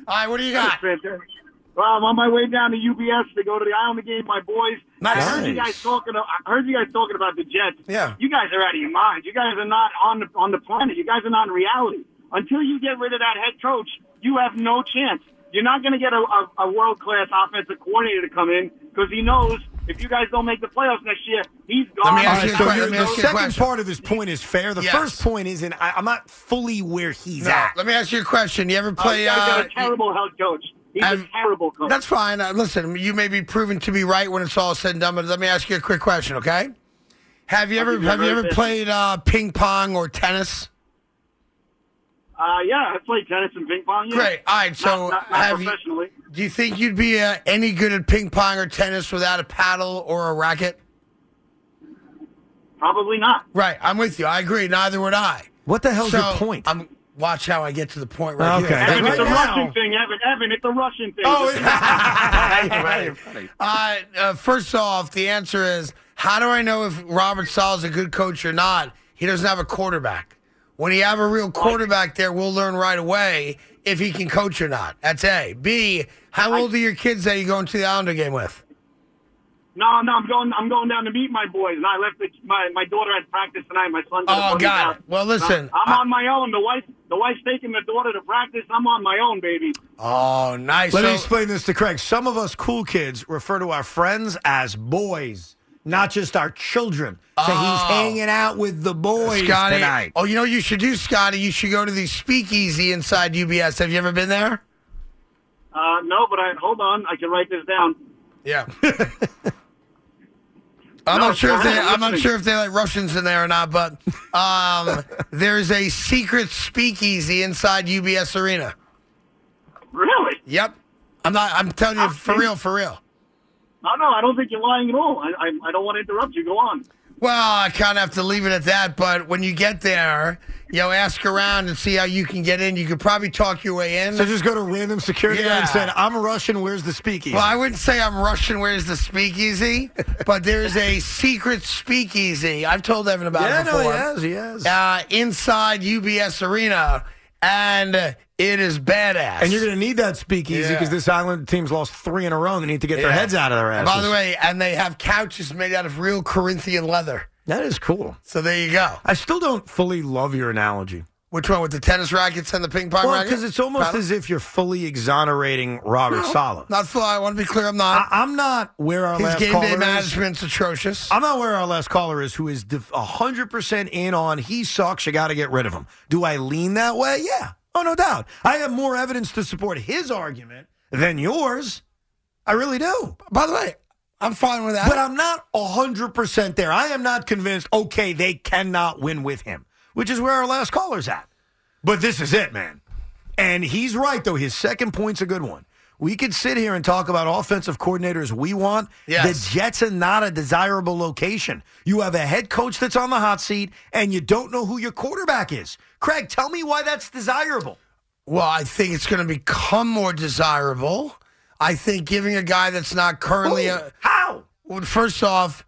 Speaker 2: right, what do you got?
Speaker 8: Fantastic. Well, I'm on my way down to UBS to go to the Islander game. My boys.
Speaker 2: Nice.
Speaker 8: I heard you
Speaker 3: Nice.
Speaker 8: guys talking. I heard you guys talking about the Jets.
Speaker 2: Yeah.
Speaker 8: You guys are out of your mind. You guys are not on the on the planet. You guys are not in reality. Until you get rid of that head coach, you have no chance. You're not going to get a, a, a world class offensive coordinator to come in because he knows if you guys don't make the playoffs next year, he's gone.
Speaker 2: me ask you
Speaker 3: All right,
Speaker 2: a
Speaker 3: so
Speaker 2: question.
Speaker 3: your-
Speaker 2: Let me
Speaker 3: the
Speaker 2: ask you a
Speaker 3: second
Speaker 2: question.
Speaker 3: part of his point is fair. The
Speaker 2: Yes.
Speaker 3: first point isn't. I, I'm not fully where he's
Speaker 2: No,
Speaker 3: at.
Speaker 2: let me ask you a question. You ever
Speaker 8: Oh,
Speaker 2: play?
Speaker 8: you guys got a
Speaker 2: uh,
Speaker 8: terrible head coach. He's
Speaker 2: I've-
Speaker 8: a terrible coach.
Speaker 2: That's fine. Uh, listen, you may be proven to be right when it's all said and done, but let me ask you a quick question, okay? Have you ever
Speaker 8: Okay,
Speaker 2: have you
Speaker 8: very
Speaker 2: ever
Speaker 8: good.
Speaker 2: played uh, ping pong or tennis?
Speaker 8: uh, yeah, I played tennis and ping pong. Yeah.
Speaker 2: Great. All right. So,
Speaker 8: Not- not- not
Speaker 2: have you-
Speaker 8: professionally.
Speaker 2: do you think you'd be uh, any good at ping pong or tennis without a paddle or a racket?
Speaker 8: Probably not.
Speaker 2: Right. I'm with you. I agree. Neither would I.
Speaker 3: What the hell's
Speaker 2: So,
Speaker 3: your point?
Speaker 2: I'm watch how I get to the point right
Speaker 3: Okay.
Speaker 2: here.
Speaker 8: Evan,
Speaker 3: Right
Speaker 8: it's a
Speaker 3: now-
Speaker 8: Russian thing, Evan. Evan, it's a
Speaker 3: Oh,
Speaker 8: Russian thing.
Speaker 2: Oh, it- uh, uh, first off, the answer is: How do I know if Robert Sala is a good coach or not? He doesn't have a quarterback. When you have a real quarterback there, we'll learn right away if he can coach or not. That's A. B. How old are your kids that you're going to the Islander game with?
Speaker 8: Oh, No, no, I'm going. I'm going down to meet my boys, and I left the, my my daughter at practice tonight. My son's. at a
Speaker 2: Oh,
Speaker 8: buddy's
Speaker 2: got
Speaker 8: house.
Speaker 2: it. Well, listen,
Speaker 8: I'm
Speaker 2: I-
Speaker 8: on my own. The wife, the wife's taking the daughter to practice. I'm on my own, baby.
Speaker 2: Oh, nice.
Speaker 3: Let me
Speaker 2: So-
Speaker 3: explain this to Craig. Some of us cool kids refer to our friends as boys, not just our children. So he's
Speaker 2: Oh.
Speaker 3: hanging out with the boys
Speaker 2: Scotty.
Speaker 3: tonight.
Speaker 2: Oh, you know what you should do, Scotty? You should go to the speakeasy inside UBS. Have you ever been there?
Speaker 8: Uh, no, but I hold on. I can write this down.
Speaker 2: Yeah. I'm
Speaker 8: No,
Speaker 2: not sure if they.
Speaker 8: Scotty,
Speaker 2: I'm not
Speaker 8: listen.
Speaker 2: sure if they like Russians in there or not, but um, there's a secret speakeasy inside UBS Arena.
Speaker 8: Really?
Speaker 2: Yep. Ah, I'm not. I'm telling you for real. For real.
Speaker 8: No, no, I don't think you're lying at all. I, I, I don't want to interrupt you. Go on.
Speaker 2: Well, I kind of have to leave it at that. But when you get there, you know, ask around and see how you can get in. You could probably talk your way in.
Speaker 3: So just go to random security guard and
Speaker 2: Yeah.
Speaker 3: said, I'm Russian, where's the speakeasy?
Speaker 2: Well, I wouldn't say I'm Russian. Where's the speakeasy? But there's a secret speakeasy. I've told Evan about
Speaker 3: yeah,
Speaker 2: it before.
Speaker 3: no, he has, he has.
Speaker 2: Uh, inside UBS Arena, and it is badass.
Speaker 3: And you're going to need that speakeasy
Speaker 2: Yeah.
Speaker 3: because this island team's lost three in a row. and They need to get
Speaker 2: Yeah.
Speaker 3: their heads out of their
Speaker 2: And
Speaker 3: asses.
Speaker 2: By the way, and they have couches made out of real Corinthian leather.
Speaker 3: that is cool.
Speaker 2: So there you go.
Speaker 3: I still don't fully love your analogy.
Speaker 2: Which one with the tennis rackets and the ping pong
Speaker 3: Well,
Speaker 2: rackets?
Speaker 3: because it's almost as if you're fully exonerating Robert Sala.
Speaker 2: not full. I want to be clear. I'm not.
Speaker 3: I, I'm not where our
Speaker 2: His
Speaker 3: last
Speaker 2: game
Speaker 3: caller
Speaker 2: day
Speaker 3: is.
Speaker 2: management's atrocious.
Speaker 3: I'm not where our last caller is, who is def- 100% in on he sucks, you got to get rid of him. Do I lean that way? Yeah. Oh, no doubt. I have more evidence to support his argument than yours. I really do.
Speaker 2: By the way, I'm fine with that.
Speaker 3: But I'm not 100% there. I am not convinced, okay, they cannot win with him, which is where our last caller's at. But this is it, man. And he's right, though. His second point's a good one. We could sit here and talk about offensive coordinators we want.
Speaker 2: Yes.
Speaker 3: The Jets are not a desirable location. You have a head coach that's on the hot seat, and you don't know who your quarterback is. Craig, tell me why that's desirable.
Speaker 2: Well, I think it's going to become more desirable. I think giving a guy that's not currently a,
Speaker 3: How?
Speaker 2: well, first off,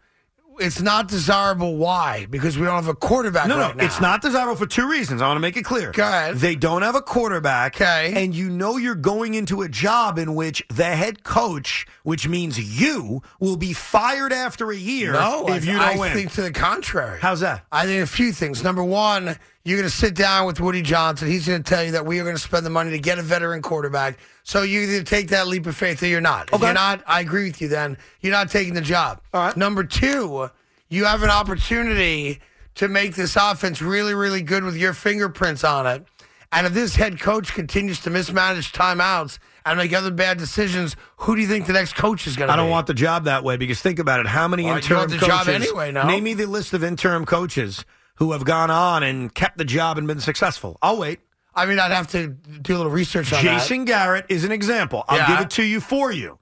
Speaker 2: it's not desirable. Why? Because we don't have a quarterback.
Speaker 3: No,
Speaker 2: right
Speaker 3: no,
Speaker 2: now.
Speaker 3: it's not desirable for two reasons. I want to make it clear.
Speaker 2: Go ahead.
Speaker 3: They don't have a quarterback.
Speaker 2: Okay.
Speaker 3: And you know you're going into a job in which the head coach, which means you, will be fired after a year
Speaker 2: No,
Speaker 3: if
Speaker 2: I-
Speaker 3: you don't
Speaker 2: I
Speaker 3: win.
Speaker 2: think to the contrary.
Speaker 3: How's that?
Speaker 2: I think a few things. Number one, you're going to sit down with Woody Johnson. He's going to tell you that we are going to spend the money to get a veteran quarterback. So you either take that leap of faith or you're not. If
Speaker 3: Okay.
Speaker 2: you're not, I agree with you then. You're not taking the job.
Speaker 3: All right.
Speaker 2: Number two, you have an opportunity to make this offense really, really good with your fingerprints on it. And if this head coach continues to mismanage timeouts and make other bad decisions, who do you think the next coach is going to
Speaker 3: I
Speaker 2: be?
Speaker 3: don't want the job that way because think about it. How many
Speaker 2: Well, you
Speaker 3: interim
Speaker 2: want the
Speaker 3: coaches?
Speaker 2: job anyway, no?
Speaker 3: Name me the list of interim coaches who have gone on and kept the job and been successful. I'll wait.
Speaker 2: I mean, I'd have to do a little research on that.
Speaker 3: Jason Garrett is an example. I'll
Speaker 2: Yeah.
Speaker 3: give it to you for you.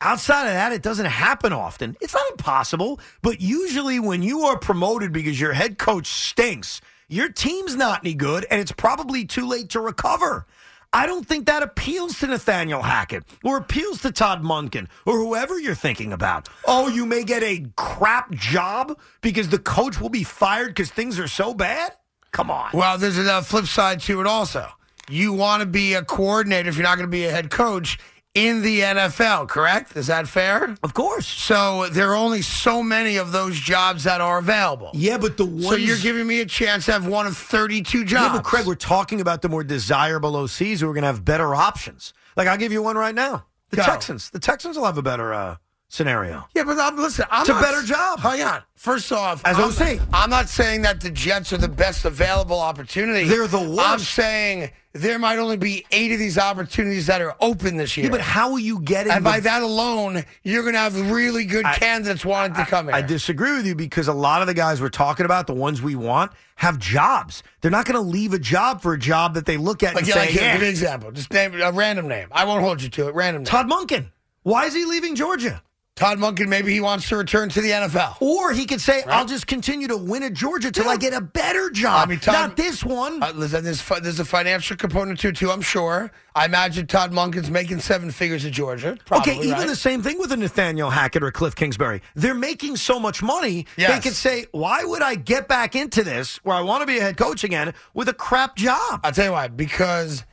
Speaker 3: Outside of that, it doesn't happen often. It's not impossible, but usually when you are promoted because your head coach stinks, your team's not any good, and it's probably too late to recover. I don't think that appeals to Nathaniel Hackett or appeals to Todd Munkin or whoever you're thinking about. Oh, you may get a crap job because the coach will be fired because things are so bad? Come on.
Speaker 2: Well, there's a flip side to it also. You want to be a coordinator if you're not going to be a head coach in the NFL, correct? Is that fair?
Speaker 3: Of course.
Speaker 2: So there are only so many of those jobs that are available.
Speaker 3: Yeah, but the one
Speaker 2: So you're giving me a chance to have one of 32 jobs.
Speaker 3: Yeah, but Craig, we're talking about the more desirable OCs who are going to have better options. Like I'll give you one right now: the
Speaker 2: Go.
Speaker 3: Texans. The Texans will have a better uh, scenario.
Speaker 2: Yeah, but I'm, listen, I'm
Speaker 3: It's a
Speaker 2: not-
Speaker 3: better job.
Speaker 2: Hang on. First off,
Speaker 3: As
Speaker 2: I'm,
Speaker 3: OC.
Speaker 2: I'm not saying that the Jets are the best available opportunity.
Speaker 3: They're the
Speaker 2: I'm
Speaker 3: worst.
Speaker 2: saying there might only be eight of these opportunities that are open this year.
Speaker 3: Yeah, but how will you get in?
Speaker 2: And by
Speaker 3: the-
Speaker 2: that alone, you're going to have really good
Speaker 3: I-
Speaker 2: candidates wanting to come here.
Speaker 3: I disagree with you because a lot of the guys we're talking about, the ones we want, have jobs. They're not going to leave a job for a job that they look at
Speaker 2: Like,
Speaker 3: and
Speaker 2: yeah,
Speaker 3: say,
Speaker 2: like,
Speaker 3: "Yeah,
Speaker 2: give me an example. Just name a random name. I won't hold you to it. Random name.
Speaker 3: Todd Munkin. Why is he leaving Georgia?
Speaker 2: Todd Munkin, maybe he wants to return to the NFL.
Speaker 3: Or he could say, I'll just continue to win at Georgia till I get a better job.
Speaker 2: I mean, Todd-
Speaker 3: Not this one.
Speaker 2: Uh, listen, there's, fi- there's a financial component to it, too, I'm sure. I imagine Todd Munkin's making seven figures at Georgia. Probably,
Speaker 3: okay, even
Speaker 2: right?
Speaker 3: the same thing with a Nathaniel Hackett or Cliff Kingsbury. They're making so much money,
Speaker 2: Yes.
Speaker 3: they could say, why would I get back into this where I want to be a head coach again with a crap job?
Speaker 2: I'll tell you why. Because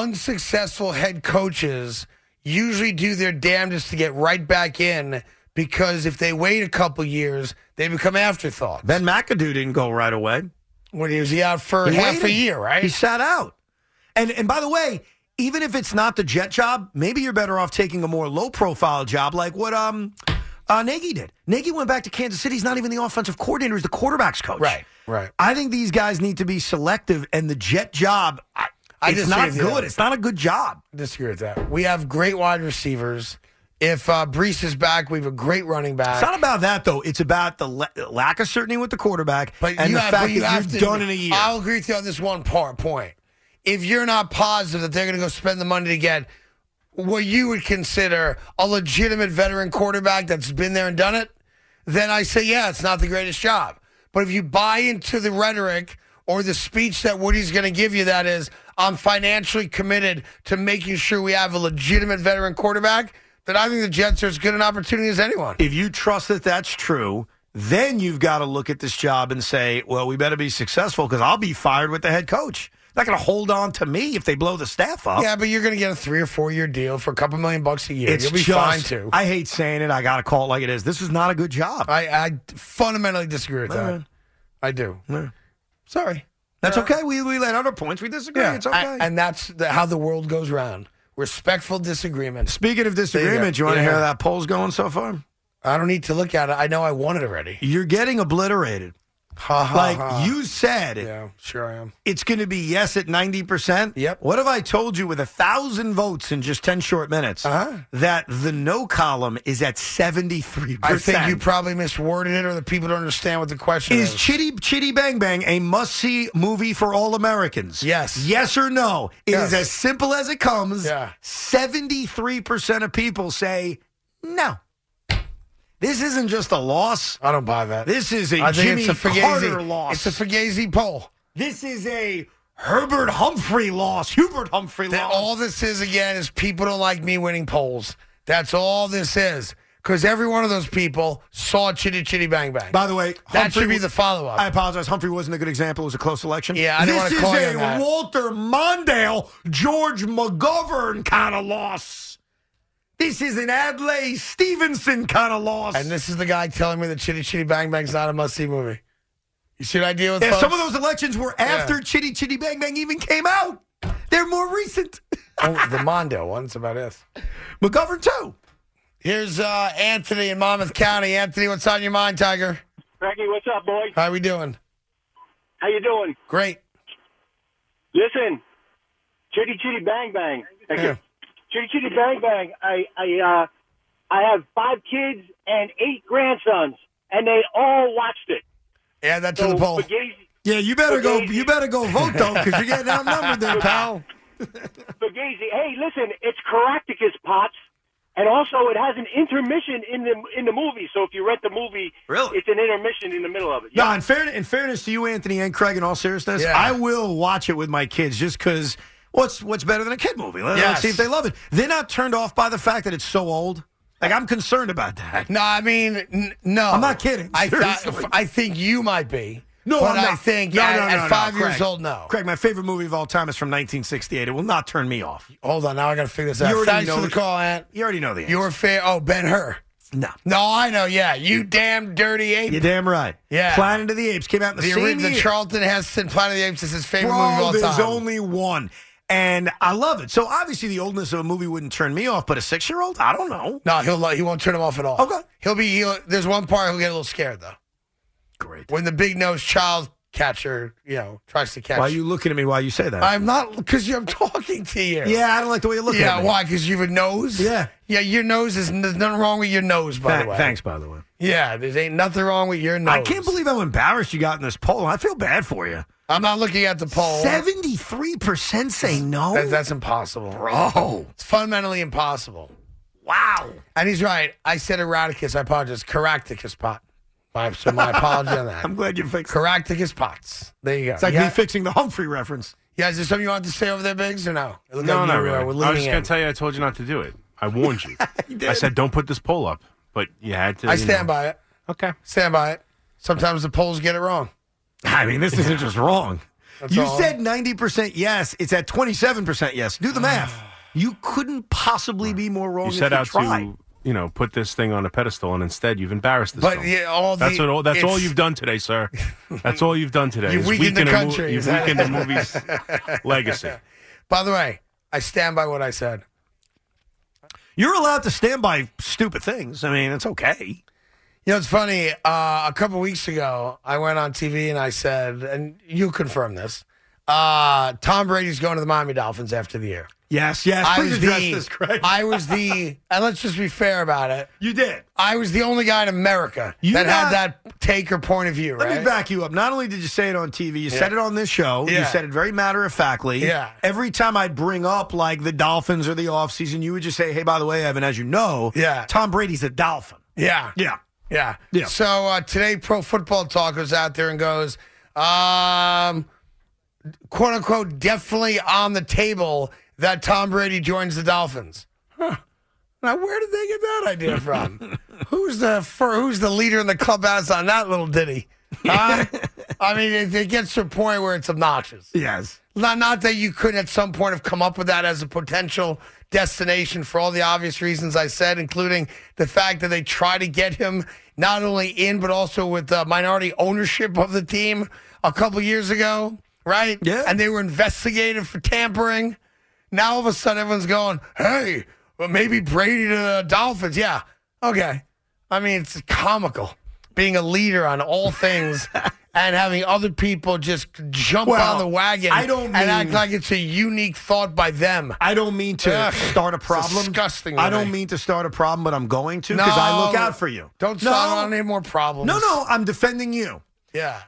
Speaker 2: unsuccessful head coaches usually do their damnedest to get right back in because if they wait a couple years, they become afterthoughts.
Speaker 3: Ben McAdoo didn't go right away.
Speaker 2: when he was out for
Speaker 3: He
Speaker 2: half a
Speaker 3: waited.
Speaker 2: year, right?
Speaker 3: He sat out. And and by the way, even if it's not the jet job, maybe you're better off taking a more low profile job like what um uh, Nagy did. Nagy went back to Kansas City. He's not even the offensive coordinator; he's the quarterbacks coach.
Speaker 2: Right, right.
Speaker 3: I think these guys need to be selective, and the jet job, I,
Speaker 2: I
Speaker 3: it's
Speaker 2: disagree
Speaker 3: not
Speaker 2: with you.
Speaker 3: good. It's not a good job.
Speaker 2: disagree with that. We have great wide receivers. If uh, Brees is back, we have a great running back.
Speaker 3: It's not about that though. It's about the la- lack of certainty with the quarterback and the fact that you're done in a year.
Speaker 2: I'll agree with you on this one part point. If you're not positive that they're going to go spend the money to get what you would consider a legitimate veteran quarterback that's been there and done it, then I say, yeah, it's not the greatest job. But if you buy into the rhetoric or the speech that Woody's going to give you, that is, I'm financially committed to making sure we have a legitimate veteran quarterback, then I think the Jets are as good an opportunity as anyone.
Speaker 3: if you trust that that's true, then you've got to look at this job and say, well, we better be successful because I'll be fired with the head coach. They're Not going to hold on to me if they blow the staff up.
Speaker 2: Yeah, but you're going to get a three or four year deal for a couple million bucks a year.
Speaker 3: it's
Speaker 2: You'll be
Speaker 3: just,
Speaker 2: fine too. I,
Speaker 3: I hate saying it. I got to call it like it is. This is not a good job.
Speaker 2: I, fundamentally disagree with that.
Speaker 3: right.
Speaker 2: I do.
Speaker 3: right.
Speaker 2: Sorry. Uh,
Speaker 3: That's okay. We we had other points. We disagree. It's okay.
Speaker 2: I- and that's the, how the world goes round. Respectful disagreement.
Speaker 3: Speaking of disagreement, you, want to
Speaker 2: Yeah.
Speaker 3: hear how that poll's going so far?
Speaker 2: I don't need to look at it. I know I won it already.
Speaker 3: You're getting obliterated.
Speaker 2: Ha, ha,
Speaker 3: Like
Speaker 2: ha.
Speaker 3: you said,
Speaker 2: Uh-huh. Yeah, sure I am.
Speaker 3: it's going to be yes at 90%.
Speaker 2: Yep.
Speaker 3: What if I told you with a thousand votes in just 10 short minutes
Speaker 2: Uh-huh.
Speaker 3: that the no column is at 73%?
Speaker 2: I think you probably misworded it, or the people don't understand what the question is.
Speaker 3: Is Chitty Chitty Bang Bang a must see movie for all Americans?
Speaker 2: Yes.
Speaker 3: Yes or no? It
Speaker 2: Yes.
Speaker 3: is as simple as it comes.
Speaker 2: Yeah.
Speaker 3: 73% of people say no. This isn't just a loss.
Speaker 2: I don't buy that.
Speaker 3: This is a
Speaker 2: I think
Speaker 3: Jimmy
Speaker 2: it's a Fugazi.
Speaker 3: Carter loss.
Speaker 2: It's a Fugazi poll.
Speaker 3: this is a Herbert Humphrey loss. Hubert Humphrey
Speaker 2: That
Speaker 3: loss.
Speaker 2: all this is again is people don't like me winning polls. That's all this is. Because every one of those people saw Chitty Chitty Bang Bang.
Speaker 3: By the way,
Speaker 2: that
Speaker 3: Humphrey
Speaker 2: should be
Speaker 3: was-
Speaker 2: the follow
Speaker 3: I
Speaker 2: up.
Speaker 3: apologize. Humphrey wasn't a good example. It was a close election.
Speaker 2: Yeah, I didn't
Speaker 3: this
Speaker 2: wanna call you
Speaker 3: is
Speaker 2: on
Speaker 3: a
Speaker 2: that.
Speaker 3: Walter Mondale, George McGovern kind of loss. This is an Adlai Stevenson kind of loss.
Speaker 2: And this is the guy telling me that Chitty Chitty Bang Bang's not a must see movie. You see what I deal with?
Speaker 3: Yeah, some of
Speaker 2: folks?
Speaker 3: those elections were after Chitty Chitty Bang Bang even came out. They're more recent.
Speaker 2: oh, the Mondo one's about us.
Speaker 3: McGovern too.
Speaker 2: Here's uh, Anthony in Monmouth County. Anthony, what's on your mind, Tiger?
Speaker 8: Frankie, what's up, boy?
Speaker 2: How we doing?
Speaker 8: How you doing?
Speaker 2: Great.
Speaker 8: Listen, chitty chitty bang bang.
Speaker 2: Yeah.
Speaker 8: Chitty chitty bang bang. I I uh, I have five kids and eight grandsons, and they all watched it.
Speaker 2: Add that to the poll.
Speaker 8: Fugazi,
Speaker 3: Yeah, you better go.
Speaker 8: Fugazi.
Speaker 3: You better go vote though, because you're getting outnumbered there, pal.
Speaker 8: Fugazi. Hey, listen, it's Caractacus Pots, and also it has an intermission in the in the movie. So if you rent the movie,
Speaker 3: Really?
Speaker 8: it's an intermission in the middle of it.
Speaker 3: No, in fairness, in fairness to you, Anthony and Craig, in all seriousness,
Speaker 2: Yeah.
Speaker 3: I will watch it with my kids just because what's what's better than a kid movie? Let, us
Speaker 2: Yes.
Speaker 3: see if they love it. They're not turned off by the fact that it's so old. Like I'm concerned about that.
Speaker 2: No, I mean, n- no.
Speaker 3: I'm not kidding,
Speaker 2: I,
Speaker 3: seriously.
Speaker 2: thought I think you might be.
Speaker 3: No,
Speaker 2: but
Speaker 3: I'm
Speaker 2: I
Speaker 3: not.
Speaker 2: think
Speaker 3: no,
Speaker 2: at,
Speaker 3: no, no,
Speaker 2: at
Speaker 3: no,
Speaker 2: five
Speaker 3: Craig.
Speaker 2: years old, no.
Speaker 3: Craig, my favorite movie of all time is from 1968. It will not turn me off.
Speaker 2: Hold on, now I got to figure this
Speaker 3: You
Speaker 2: out.
Speaker 3: already
Speaker 2: Thanks
Speaker 3: know
Speaker 2: for the
Speaker 3: it.
Speaker 2: call, Ant.
Speaker 3: You already know the answer.
Speaker 2: Your fair. Oh, Ben Hur.
Speaker 3: no.
Speaker 2: No, I know. Yeah, you damn dirty ape.
Speaker 3: You're damn right.
Speaker 2: Yeah.
Speaker 3: Planet of the Apes came out in the,
Speaker 2: the
Speaker 3: same
Speaker 2: original
Speaker 3: year.
Speaker 2: Charlton Heston, Planet of the Apes is his favorite
Speaker 3: Bro,
Speaker 2: movie of all
Speaker 3: there's
Speaker 2: time.
Speaker 3: only one. And I love it. So obviously the oldness of a movie wouldn't turn me off, but a six year old? I don't know.
Speaker 2: no, he'll lo- he won't turn him off at all.
Speaker 3: Okay.
Speaker 2: he'll be. He'll, there's one part he'll get a little scared though
Speaker 3: Great.
Speaker 2: when the big nosed child catcher, you know, tries to catch.
Speaker 3: Why are you looking at me while you say that?
Speaker 2: I'm not because I'm talking to you.
Speaker 3: yeah, I don't like the way you look
Speaker 2: yeah,
Speaker 3: at me.
Speaker 2: why? Because you have a nose.
Speaker 3: Yeah.
Speaker 2: yeah. Your nose is there's nothing wrong with your nose, by
Speaker 3: Tha-
Speaker 2: the way.
Speaker 3: Thanks, by the way.
Speaker 2: Yeah, there ain't nothing wrong with your nose.
Speaker 3: I can't believe how embarrassed you got in this poll. I feel bad for you.
Speaker 2: I'm not looking at the poll.
Speaker 3: Seventy-three percent say no.
Speaker 2: That- that's impossible.
Speaker 3: bro.
Speaker 2: It's fundamentally impossible.
Speaker 3: Wow.
Speaker 2: And he's right. I said Eroticus. I apologize. Caractacus pot. My, so my apology on that.
Speaker 3: I'm glad you fixed it.
Speaker 2: Caractacus pots. There you go.
Speaker 3: It's like
Speaker 2: yeah.
Speaker 3: me fixing the Humphrey reference.
Speaker 2: yeah, is there something you want to say over there, Biggs, or no? It looked
Speaker 6: No,
Speaker 2: like
Speaker 6: not
Speaker 2: you
Speaker 6: really.
Speaker 2: were-
Speaker 6: I
Speaker 2: were
Speaker 6: was
Speaker 2: leaning
Speaker 6: just going
Speaker 2: in.
Speaker 6: to tell you I told you not to do it. I warned you. I said, don't put this poll up, but you had to.
Speaker 2: I
Speaker 6: you
Speaker 2: stand
Speaker 6: know.
Speaker 2: by it.
Speaker 6: Okay.
Speaker 2: Stand by it. Sometimes the polls get it wrong.
Speaker 3: I mean, this isn't just wrong.
Speaker 2: That's
Speaker 3: You
Speaker 2: all.
Speaker 3: said 90% yes. It's at 27% yes. Do the math. You couldn't possibly be more wrong
Speaker 6: You
Speaker 3: if
Speaker 6: set
Speaker 3: you
Speaker 6: out
Speaker 3: tried.
Speaker 6: to, you know, put this thing on a pedestal, and instead you've embarrassed this.
Speaker 2: But
Speaker 6: film.
Speaker 2: yeah, all
Speaker 6: that's
Speaker 2: the-
Speaker 6: what all, that's all
Speaker 2: it's-
Speaker 6: you've done today, sir. That's all you've done today.
Speaker 2: You've
Speaker 6: is
Speaker 2: weakened the
Speaker 6: a mo-
Speaker 2: country.
Speaker 6: you've weakened the movie's legacy.
Speaker 2: By the way, I stand by what I said.
Speaker 3: You're allowed to stand by stupid things. I mean, it's okay.
Speaker 2: You know, it's funny. Uh, a couple weeks ago, I went on TV and I said, and you confirm this: uh, Tom Brady's going to the Miami Dolphins after the year.
Speaker 3: Yes, yes.
Speaker 2: I
Speaker 3: Please
Speaker 2: was
Speaker 3: address
Speaker 2: the,
Speaker 3: this, Craig.
Speaker 2: I was the, and let's just be fair about it.
Speaker 3: you did.
Speaker 2: I was the only guy in America
Speaker 3: You
Speaker 2: that
Speaker 3: not-
Speaker 2: had that take or point of view.
Speaker 3: Let
Speaker 2: right?
Speaker 3: me back you up. Not only did you say it on TV, you said it on this show. You
Speaker 2: Yeah.
Speaker 3: said it very matter of factly.
Speaker 2: Yeah.
Speaker 3: Every time I'd bring up like the Dolphins or the offseason, you would just say, hey, by the way, Evan, as you know,
Speaker 2: Yeah.
Speaker 3: Tom Brady's a Dolphin.
Speaker 2: Yeah.
Speaker 3: Yeah.
Speaker 2: Yeah.
Speaker 3: Yeah.
Speaker 2: So uh, today, Pro Football Talk goes out there and goes, um, quote unquote, definitely on the table that Tom Brady joins the Dolphins. Huh. Now, where did they get that idea from? who's the fir- who's the leader in the clubhouse on that little ditty? Huh? I mean, it, it gets to a point where it's obnoxious.
Speaker 3: Yes.
Speaker 2: Not, not that you couldn't at some point have come up with that as a potential destination for all the obvious reasons I said, including the fact that they try to get him not only in, but also with uh, minority ownership of the team a couple years ago, right?
Speaker 3: Yeah.
Speaker 2: And they were investigated for tampering. Now all of a sudden everyone's going, hey, well, maybe Brady to the Dolphins. Yeah. Okay. I mean, it's comical being a leader on all things and having other people just jump
Speaker 3: Well,
Speaker 2: on the wagon
Speaker 3: I don't
Speaker 2: and act
Speaker 3: mean-
Speaker 2: like it's a unique thought by them.
Speaker 3: I don't mean to
Speaker 2: Ugh,
Speaker 3: start a
Speaker 2: it's
Speaker 3: problem.
Speaker 2: disgusting to
Speaker 3: I don't
Speaker 2: me.
Speaker 3: mean to start a problem, but I'm going to because I look
Speaker 2: No.
Speaker 3: out for you.
Speaker 2: Don't
Speaker 3: no.
Speaker 2: start on any more problems.
Speaker 3: No, no, I'm defending you.
Speaker 2: Yeah.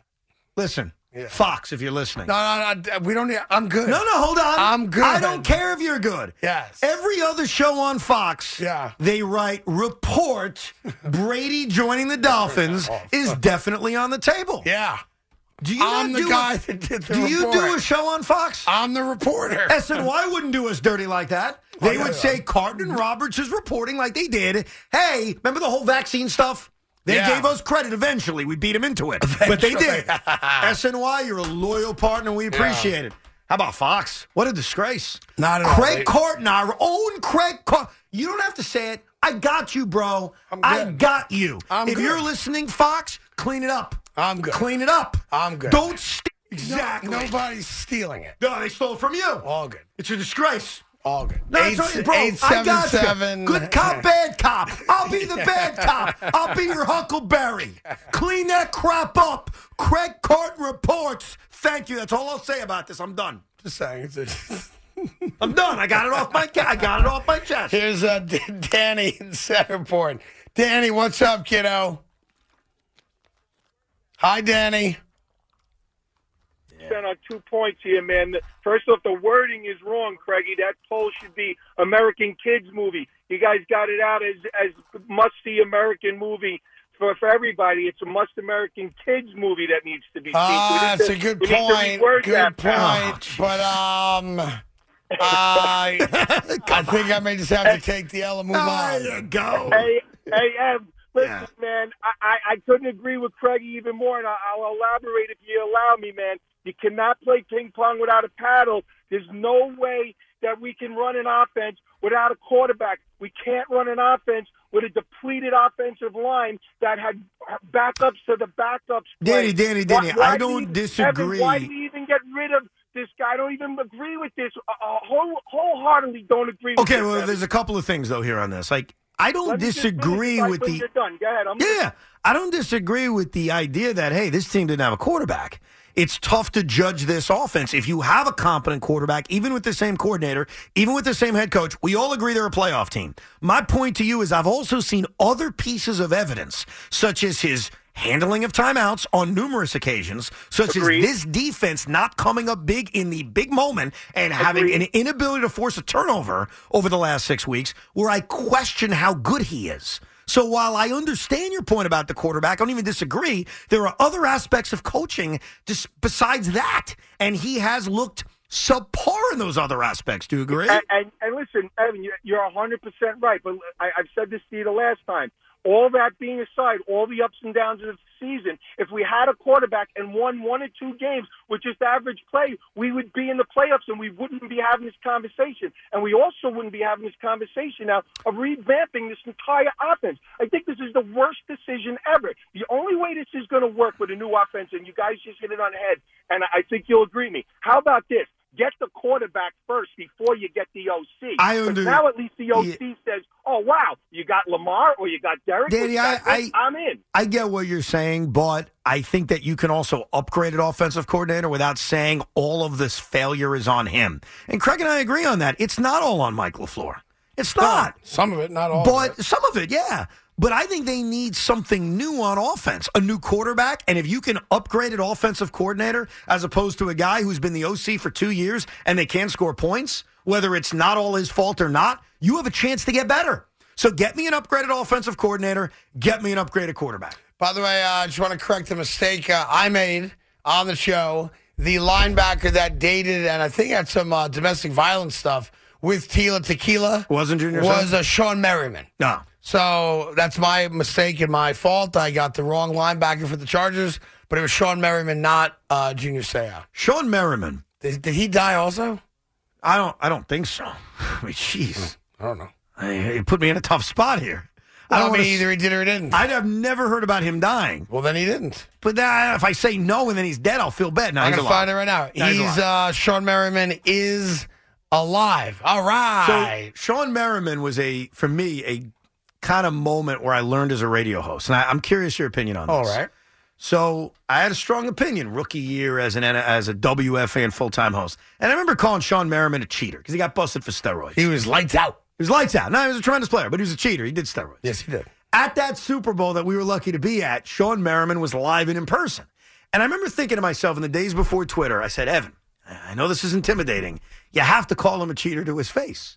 Speaker 3: Listen,
Speaker 2: Yeah.
Speaker 3: Fox, if you're listening.
Speaker 2: No, no, no. We don't need, I'm good.
Speaker 3: No, no, hold on.
Speaker 2: I'm good.
Speaker 3: I don't care if you're good.
Speaker 2: Yes.
Speaker 3: Every other show on Fox,
Speaker 2: Yeah.
Speaker 3: they write report Brady joining the Dolphins is definitely on the table.
Speaker 2: Oh, Yeah.
Speaker 3: Do you
Speaker 2: I'm
Speaker 3: not
Speaker 2: the
Speaker 3: do
Speaker 2: guy
Speaker 3: a,
Speaker 2: that did the
Speaker 3: Do you do
Speaker 2: report.
Speaker 3: a show on Fox?
Speaker 2: I'm the reporter.
Speaker 3: SNY wouldn't do us dirty like that. They
Speaker 2: Oh, yeah,
Speaker 3: would
Speaker 2: yeah.
Speaker 3: say Carton and Roberts is reporting like they did. Hey, remember the whole vaccine stuff? They
Speaker 2: Yeah.
Speaker 3: gave us credit eventually. We beat them into it. But they did. SNY, you're a loyal partner. We appreciate it. How about Fox? What a disgrace.
Speaker 2: Not at all.
Speaker 3: Craig
Speaker 2: They-
Speaker 3: Carton, our own Craig Carton. You don't have to say it. I got you, bro.
Speaker 2: I'm
Speaker 3: I
Speaker 2: good.
Speaker 3: got you.
Speaker 2: I'm
Speaker 3: if
Speaker 2: good.
Speaker 3: you're listening, Fox, clean it up.
Speaker 2: I'm good.
Speaker 3: Clean it up.
Speaker 2: I'm good.
Speaker 3: Don't st- exactly.
Speaker 2: Nobody's stealing it.
Speaker 3: No, they stole it from you.
Speaker 2: All good.
Speaker 3: It's a disgrace.
Speaker 2: All good.
Speaker 3: No,
Speaker 2: Eight-
Speaker 3: it's all- bro, I got you.
Speaker 2: 877.
Speaker 3: Good cop, bad cop. I'll be the bad cop. I'll be your Huckleberry. Clean that crap up. Craig Carton reports. Thank you. That's all I'll say about this. I'm done.
Speaker 2: Just saying. It's a-
Speaker 3: I'm done. I got it off my. Ca- I got it off my chest.
Speaker 2: Here's uh, D- Danny in Centerport. Danny, what's up, kiddo? Hi, Danny.
Speaker 8: on two points here, man. First off, the wording is wrong, Craigie. That poll should be American kids movie. You guys got it out as as must see American movie for for everybody. It's a must American kids movie that needs to be. seen.
Speaker 2: Ah,
Speaker 8: We need
Speaker 2: that's
Speaker 8: to-
Speaker 2: a good
Speaker 8: we need to
Speaker 2: point.
Speaker 8: reword
Speaker 2: Good
Speaker 8: that, pal.
Speaker 2: point. But um, I, I think I may just have to take the L and move
Speaker 3: There
Speaker 2: on.
Speaker 3: you go.
Speaker 8: Hey, hey, Ev, listen, man, I, I, I couldn't agree with Craigie even more, and I, I'll elaborate if you allow me, man. You cannot play ping pong without a paddle. There's no way that we can run an offense without a quarterback. We can't run an offense with a depleted offensive line that had backups to the backups.
Speaker 3: Danny,
Speaker 8: played.
Speaker 3: Danny, Danny,
Speaker 8: why
Speaker 3: I don't
Speaker 8: do we-
Speaker 3: disagree.
Speaker 8: Evan, why do we even get rid of this guy? I don't even agree with this. Uh, uh, whole, wholeheartedly don't agree with
Speaker 3: Okay,
Speaker 8: this,
Speaker 3: well,
Speaker 8: Evan.
Speaker 3: there's a couple of things though here on this. Like, I don't
Speaker 8: Let me just finish
Speaker 3: disagree
Speaker 8: right
Speaker 3: with
Speaker 8: when
Speaker 3: the.
Speaker 8: You're done. Go ahead. I'm
Speaker 3: Yeah, I don't disagree with the idea that hey, this team didn't have a quarterback. It's tough to judge this offense if you have a competent quarterback, even with the same coordinator, even with the same head coach. We all agree they're a playoff team. My point to you is I've also seen other pieces of evidence, such as his handling of timeouts on numerous occasions, such
Speaker 8: Agreed.
Speaker 3: as this defense not coming up big in the big moment and having an inability to force a turnover over the last six weeks, where I question how good he is. So while I understand your point about the quarterback, I don't even disagree. There are other aspects of coaching just besides that, and he has looked subpar in those other aspects. Do you agree?
Speaker 7: And, and, and listen, Evan, you- you're 100% right. But I, I've said this to you the last time. All that being aside, all the ups and downs of the season, if we had a quarterback and won one or two games with just average play, we would be in the playoffs and we wouldn't be having this conversation. And we also wouldn't be having this conversation now of revamping this entire offense. I think this is the worst decision ever. The only way this is going to work with a new offense, and you guys just hit it on the head, and I I think you'll agree with me. How about this? get the quarterback first before you get the OC.
Speaker 3: I
Speaker 7: But
Speaker 3: under-
Speaker 7: now at least the OC says, "Oh wow, you got Lamar or you got Derek." or
Speaker 3: Danny,
Speaker 7: you got
Speaker 3: I-
Speaker 7: this, I'm in.
Speaker 3: I get what you're saying, but I think that you can also upgrade an offensive coordinator without saying all of this failure is on him. And Craig and I agree on that. It's not all on Mike LaFleur. It's not.
Speaker 9: Some of it, not all.
Speaker 3: but some of it, yeah. But I think they need something new on offense, a new quarterback. And if you can upgrade an offensive coordinator as opposed to a guy who's been the OC for two years and they can score points, whether it's not all his fault or not, you have a chance to get better. So get me an upgraded offensive coordinator, get me an upgraded quarterback.
Speaker 2: By the way, uh, I just want to correct a mistake uh, I made on the show. The linebacker that dated and I think had some uh, domestic violence stuff with Tila Tequila
Speaker 3: wasn't Junior
Speaker 2: was
Speaker 3: Seau?
Speaker 2: uh, Sean Merriman.
Speaker 3: No.
Speaker 2: So that's my mistake and my fault. I got the wrong linebacker for the Chargers, but it was Sean Merriman, not uh, Junior Seau.
Speaker 3: Sean Merriman.
Speaker 2: Did, did he die also?
Speaker 3: I don't. I don't think so. I mean, jeez.
Speaker 2: I don't know.
Speaker 3: You put me in a tough spot here.
Speaker 2: I don't
Speaker 3: wanna
Speaker 2: mean
Speaker 3: s-
Speaker 2: either he did or he didn't.
Speaker 3: I'd have never heard about him dying.
Speaker 2: Well, then he didn't.
Speaker 3: But then, if I say no and then he's dead, I'll feel bad. Now
Speaker 2: I'm
Speaker 3: he's
Speaker 2: going to
Speaker 3: alive.
Speaker 2: find it right now.
Speaker 3: No,
Speaker 2: he's
Speaker 3: alive.
Speaker 2: uh, Sean Merriman is alive. All
Speaker 3: So
Speaker 2: right.
Speaker 3: Sean Merriman was a, for me, a kind of moment where I learned as a radio host, and I, I'm curious your opinion on this.
Speaker 2: All right.
Speaker 3: So I had a strong opinion rookie year as an as a WFA and full time host, and I remember calling Sean Merriman a cheater because he got busted for steroids.
Speaker 2: he was lights out.
Speaker 3: He was lights out. No, he was a tremendous player, but he was a cheater. He did steroids.
Speaker 2: Yes, he did.
Speaker 3: At that Super Bowl that we were lucky to be at, Sean Merriman was live and in person. And I remember thinking to myself in the days before Twitter, I said, Evan, I know this is intimidating. You have to call him a cheater to his face.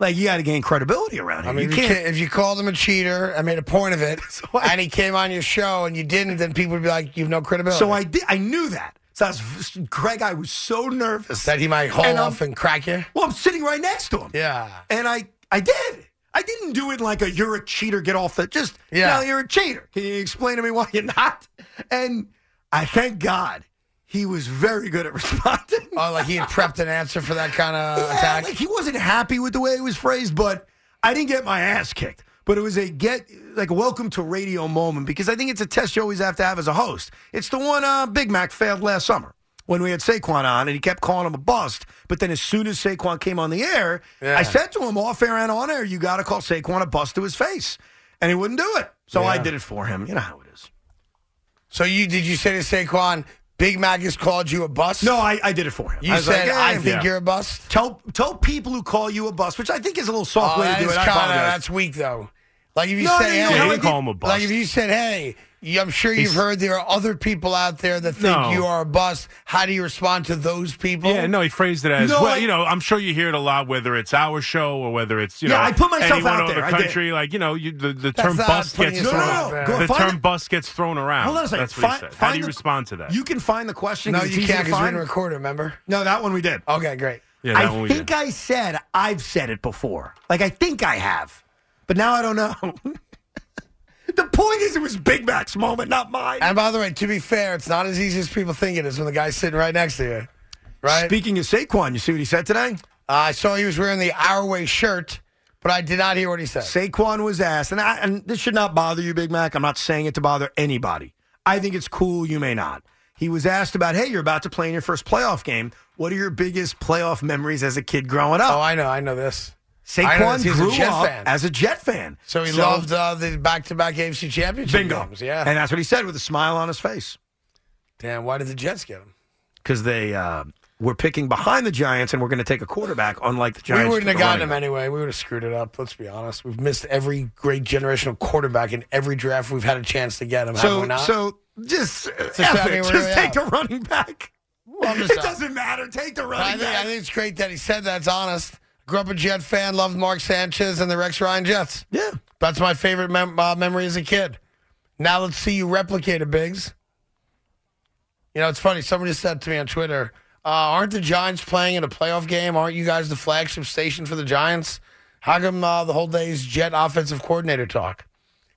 Speaker 3: Like, you got to gain credibility around him.
Speaker 2: I mean,
Speaker 3: you
Speaker 2: if,
Speaker 3: can't.
Speaker 2: You can't, if you called him a cheater, I made a point of it, and he came on your show and you didn't, then people would be like, "You've no credibility."
Speaker 3: So I, did, I knew that. So I was, Craig, I was so nervous.
Speaker 2: that he might haul
Speaker 3: And um, I'm-
Speaker 2: off and crack you.
Speaker 3: Well, I'm sitting right next to him.
Speaker 2: Yeah.
Speaker 3: And I, I did. I didn't do it like a you're a cheater, get off the just
Speaker 2: Yeah.
Speaker 3: no, you're a cheater. Can you explain to me why you're not? And I thank God he was very good at responding.
Speaker 2: Oh, like he had prepped an answer for that kind of
Speaker 3: Yeah,
Speaker 2: uh, attack.
Speaker 3: like he wasn't happy with the way it was phrased, but I didn't get my ass kicked. But it was a get like welcome to radio moment because I think it's a test you always have to have as a host. It's the one uh, Big Mac failed last summer when we had Saquon on and he kept calling him a bust. But then as soon as Saquon came on the air,
Speaker 2: Yeah.
Speaker 3: I said to him off air and on air, you got to call Saquon a bust to his face, and he wouldn't do it. So I
Speaker 2: Yeah.
Speaker 3: did it for him. You know how it is.
Speaker 2: so you did you say to Saquon, "Big Mac has called you a bust"?
Speaker 3: No, I, I did it for him.
Speaker 2: you
Speaker 3: I was like,
Speaker 2: said,
Speaker 3: "Yeah,
Speaker 2: "I think
Speaker 3: yeah."
Speaker 2: you're a bust."
Speaker 3: Tell, tell people who call you a bust, which I think is a little soft
Speaker 2: Oh,
Speaker 3: way
Speaker 2: that
Speaker 3: to do
Speaker 2: is
Speaker 3: it. I
Speaker 2: kinda-
Speaker 3: apologize.
Speaker 2: that's weak though. Like if you
Speaker 3: No,
Speaker 2: said,
Speaker 3: no,
Speaker 2: hey,
Speaker 3: no, no, I
Speaker 6: didn't call him a bust.
Speaker 2: Like if you said, hey, you- I'm sure you've
Speaker 6: He's-
Speaker 2: heard there are other people out there that think
Speaker 6: No.
Speaker 2: you are a bust. How do you respond to those people?
Speaker 6: Yeah, no, he phrased it as
Speaker 3: No,
Speaker 6: well.
Speaker 3: I-
Speaker 6: you know, I'm sure you hear it a lot, whether it's our show or whether it's you
Speaker 3: Yeah,
Speaker 6: know.
Speaker 3: I put myself
Speaker 6: anyone
Speaker 3: out
Speaker 6: over
Speaker 3: there. I
Speaker 6: The
Speaker 3: did.
Speaker 6: country, like you know, you, the, the term
Speaker 2: not
Speaker 6: bust
Speaker 2: putting
Speaker 6: gets
Speaker 2: yourself
Speaker 6: thrown.
Speaker 2: out there.
Speaker 3: Go
Speaker 6: The
Speaker 3: find
Speaker 6: term
Speaker 3: it.
Speaker 6: bus gets thrown around.
Speaker 3: Hold on a second.
Speaker 6: That's what
Speaker 3: Fi-
Speaker 6: he said. How
Speaker 3: find
Speaker 6: do you
Speaker 3: the-
Speaker 6: respond to that?
Speaker 3: You can find the question.
Speaker 2: No,
Speaker 3: 'cause
Speaker 2: you
Speaker 3: it's
Speaker 2: can't
Speaker 3: easy to
Speaker 2: because we
Speaker 3: find.
Speaker 2: didn't record it, remember?
Speaker 3: No, that one we did.
Speaker 2: Okay, great.
Speaker 6: Oh, yeah, that
Speaker 3: I
Speaker 6: one we
Speaker 3: think
Speaker 6: did.
Speaker 3: I said I've said it before. Like I think I have, but now I don't know. the point is, it was Big Mac's moment, not mine.
Speaker 2: And by the way, to be fair, it's not as easy as people think it is when the guy's sitting right next to you. Right?
Speaker 3: Speaking of Saquon, you see what he said today?
Speaker 2: I saw he was wearing the Our Way shirt, but I did not hear what he said.
Speaker 3: Saquon was asked, and, I, and this should not bother you, Big Mac. I'm not saying it to bother anybody. I think it's cool. You may not. He was asked about, hey, you're about to play in your first playoff game. What are your biggest playoff memories as a kid growing up?
Speaker 2: Oh, I know, I know this. I know
Speaker 3: Saquon
Speaker 2: this. He's a
Speaker 3: grew
Speaker 2: Jet
Speaker 3: up
Speaker 2: fan.
Speaker 3: as a Jet fan.
Speaker 2: So he loved uh, the back-to-back AFC Championship
Speaker 3: bingo.
Speaker 2: games. Yeah.
Speaker 3: And that's what he said with a smile on his face
Speaker 2: Damn, why did the Jets get him?
Speaker 3: because they uh, we're picking behind the Giants and we're going to take a quarterback, unlike the
Speaker 2: We
Speaker 3: Giants.
Speaker 2: wouldn't
Speaker 3: took
Speaker 2: have
Speaker 3: a
Speaker 2: gotten
Speaker 3: running
Speaker 2: him anyway. We would have screwed it up. Let's be honest. We've missed every great generational quarterback in every draft. We've had a chance to get him.
Speaker 3: back.
Speaker 2: have we
Speaker 3: So,
Speaker 2: not?
Speaker 3: so just
Speaker 2: So
Speaker 3: F
Speaker 2: Sammy,
Speaker 3: it.
Speaker 2: where
Speaker 3: Just
Speaker 2: we
Speaker 3: take
Speaker 2: at?
Speaker 3: the running back.
Speaker 2: Well, I'm
Speaker 3: it
Speaker 2: just-
Speaker 3: doesn't matter. Take the running
Speaker 2: I think,
Speaker 3: back.
Speaker 2: I think it's great that he said that's honest. Grew up a Jet fan, loved Mark Sanchez and the Rex Ryan Jets.
Speaker 3: Yeah.
Speaker 2: That's my favorite mem- uh, memory as a kid. Now let's see you replicate it, Biggs. You know, it's funny. Somebody said to me on Twitter, uh, aren't the Giants playing in a playoff game? Aren't you guys the flagship station for the Giants? How come uh, the whole day's Jet offensive coordinator talk?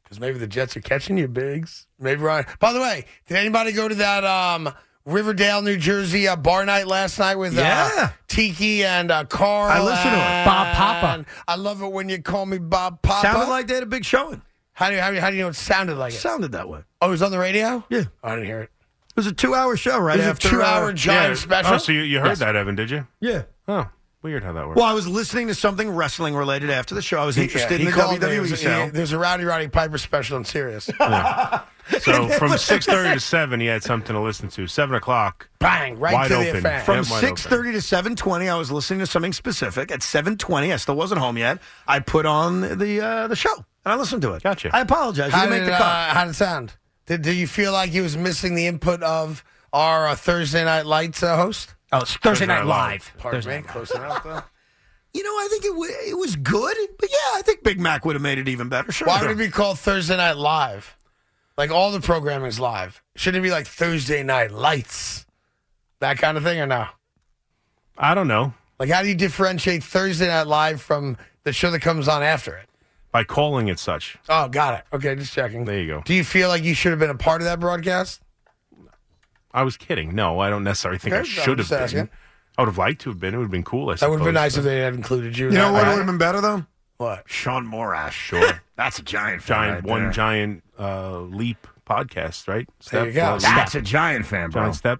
Speaker 2: Because maybe the Jets are catching you, Biggs. Maybe Ryan. By the way, did anybody go to that um, Riverdale, New Jersey uh, bar night last night with
Speaker 3: Yeah.
Speaker 2: uh, Tiki and uh, Carl?
Speaker 3: I listened to it. Bob Papa.
Speaker 2: and- I love it when you call me Bob Papa.
Speaker 3: Sounded like they had a big showing.
Speaker 2: How do you, how do you, how do you know it sounded like it?
Speaker 3: Sounded that way.
Speaker 2: oh, it was on the radio?
Speaker 3: Yeah.
Speaker 2: I didn't hear it.
Speaker 3: It was a two-hour show, right?
Speaker 2: It was a
Speaker 3: after,
Speaker 2: two-hour
Speaker 3: uh,
Speaker 2: Giant
Speaker 6: Yeah.
Speaker 2: special?
Speaker 6: Oh, so you, you heard
Speaker 3: Yes.
Speaker 6: that, Evan? Did you?
Speaker 3: Yeah.
Speaker 6: Oh, weird how that works.
Speaker 3: Well, I was listening to something wrestling related after the show. I was interested
Speaker 2: he
Speaker 3: in the E
Speaker 2: called me. It
Speaker 3: WWE
Speaker 2: was-
Speaker 3: show.
Speaker 2: he- There's a Rowdy Roddy Piper special on Sirius.
Speaker 6: so from six thirty to seven, he had something to listen to. Seven o'clock,
Speaker 2: Bang, right
Speaker 6: wide
Speaker 2: to the
Speaker 6: open.
Speaker 2: fan.
Speaker 6: Yep,
Speaker 3: From
Speaker 6: wide open.
Speaker 3: six thirty to seven twenty, I was listening to something specific. At seven twenty, I still wasn't home yet. I put on the uh, the show and I listened to it.
Speaker 6: Gotcha.
Speaker 3: I apologize.
Speaker 2: How
Speaker 3: you
Speaker 2: did,
Speaker 3: make the
Speaker 2: uh,
Speaker 3: cut.
Speaker 2: how did it sound? Did, did you feel like he was missing the input of our uh, Thursday Night Lights uh, host?
Speaker 9: Oh, it's Thursday Night
Speaker 6: Night Live.
Speaker 9: Live.
Speaker 2: Pardon me, close enough though.
Speaker 3: You know, I think it w- it was good, but yeah, I think Big Mac would have made it even better. Sure.
Speaker 2: Why would it be called Thursday Night Live? Like all the programming's live. Shouldn't it be like Thursday Night Lights? That kind of thing or no?
Speaker 6: I don't know.
Speaker 2: Like how do you differentiate Thursday Night Live from the show that comes on after it?
Speaker 6: By calling it such.
Speaker 2: Oh, got it. Okay, just checking.
Speaker 6: There you go.
Speaker 2: Do you feel like you should have been a part of that broadcast?
Speaker 6: I was kidding. No, I don't necessarily think I
Speaker 2: Okay, I'm
Speaker 6: should have
Speaker 2: just
Speaker 6: been.
Speaker 2: asking.
Speaker 6: I would have liked to have been. It would have been cool. I
Speaker 2: That would have been nice
Speaker 6: suppose,
Speaker 2: if they had included you. in
Speaker 3: You know
Speaker 2: that,
Speaker 3: what
Speaker 2: right?
Speaker 3: would have been better though?
Speaker 2: What?
Speaker 3: Sean Morash.
Speaker 6: Sure.
Speaker 3: That's a giant.
Speaker 6: but
Speaker 3: fan
Speaker 6: Giant
Speaker 3: right
Speaker 6: one
Speaker 3: there.
Speaker 6: giant uh, leap podcast, right?
Speaker 2: There you go.
Speaker 6: uh,
Speaker 9: That's a giant fan, bro.
Speaker 6: giant step.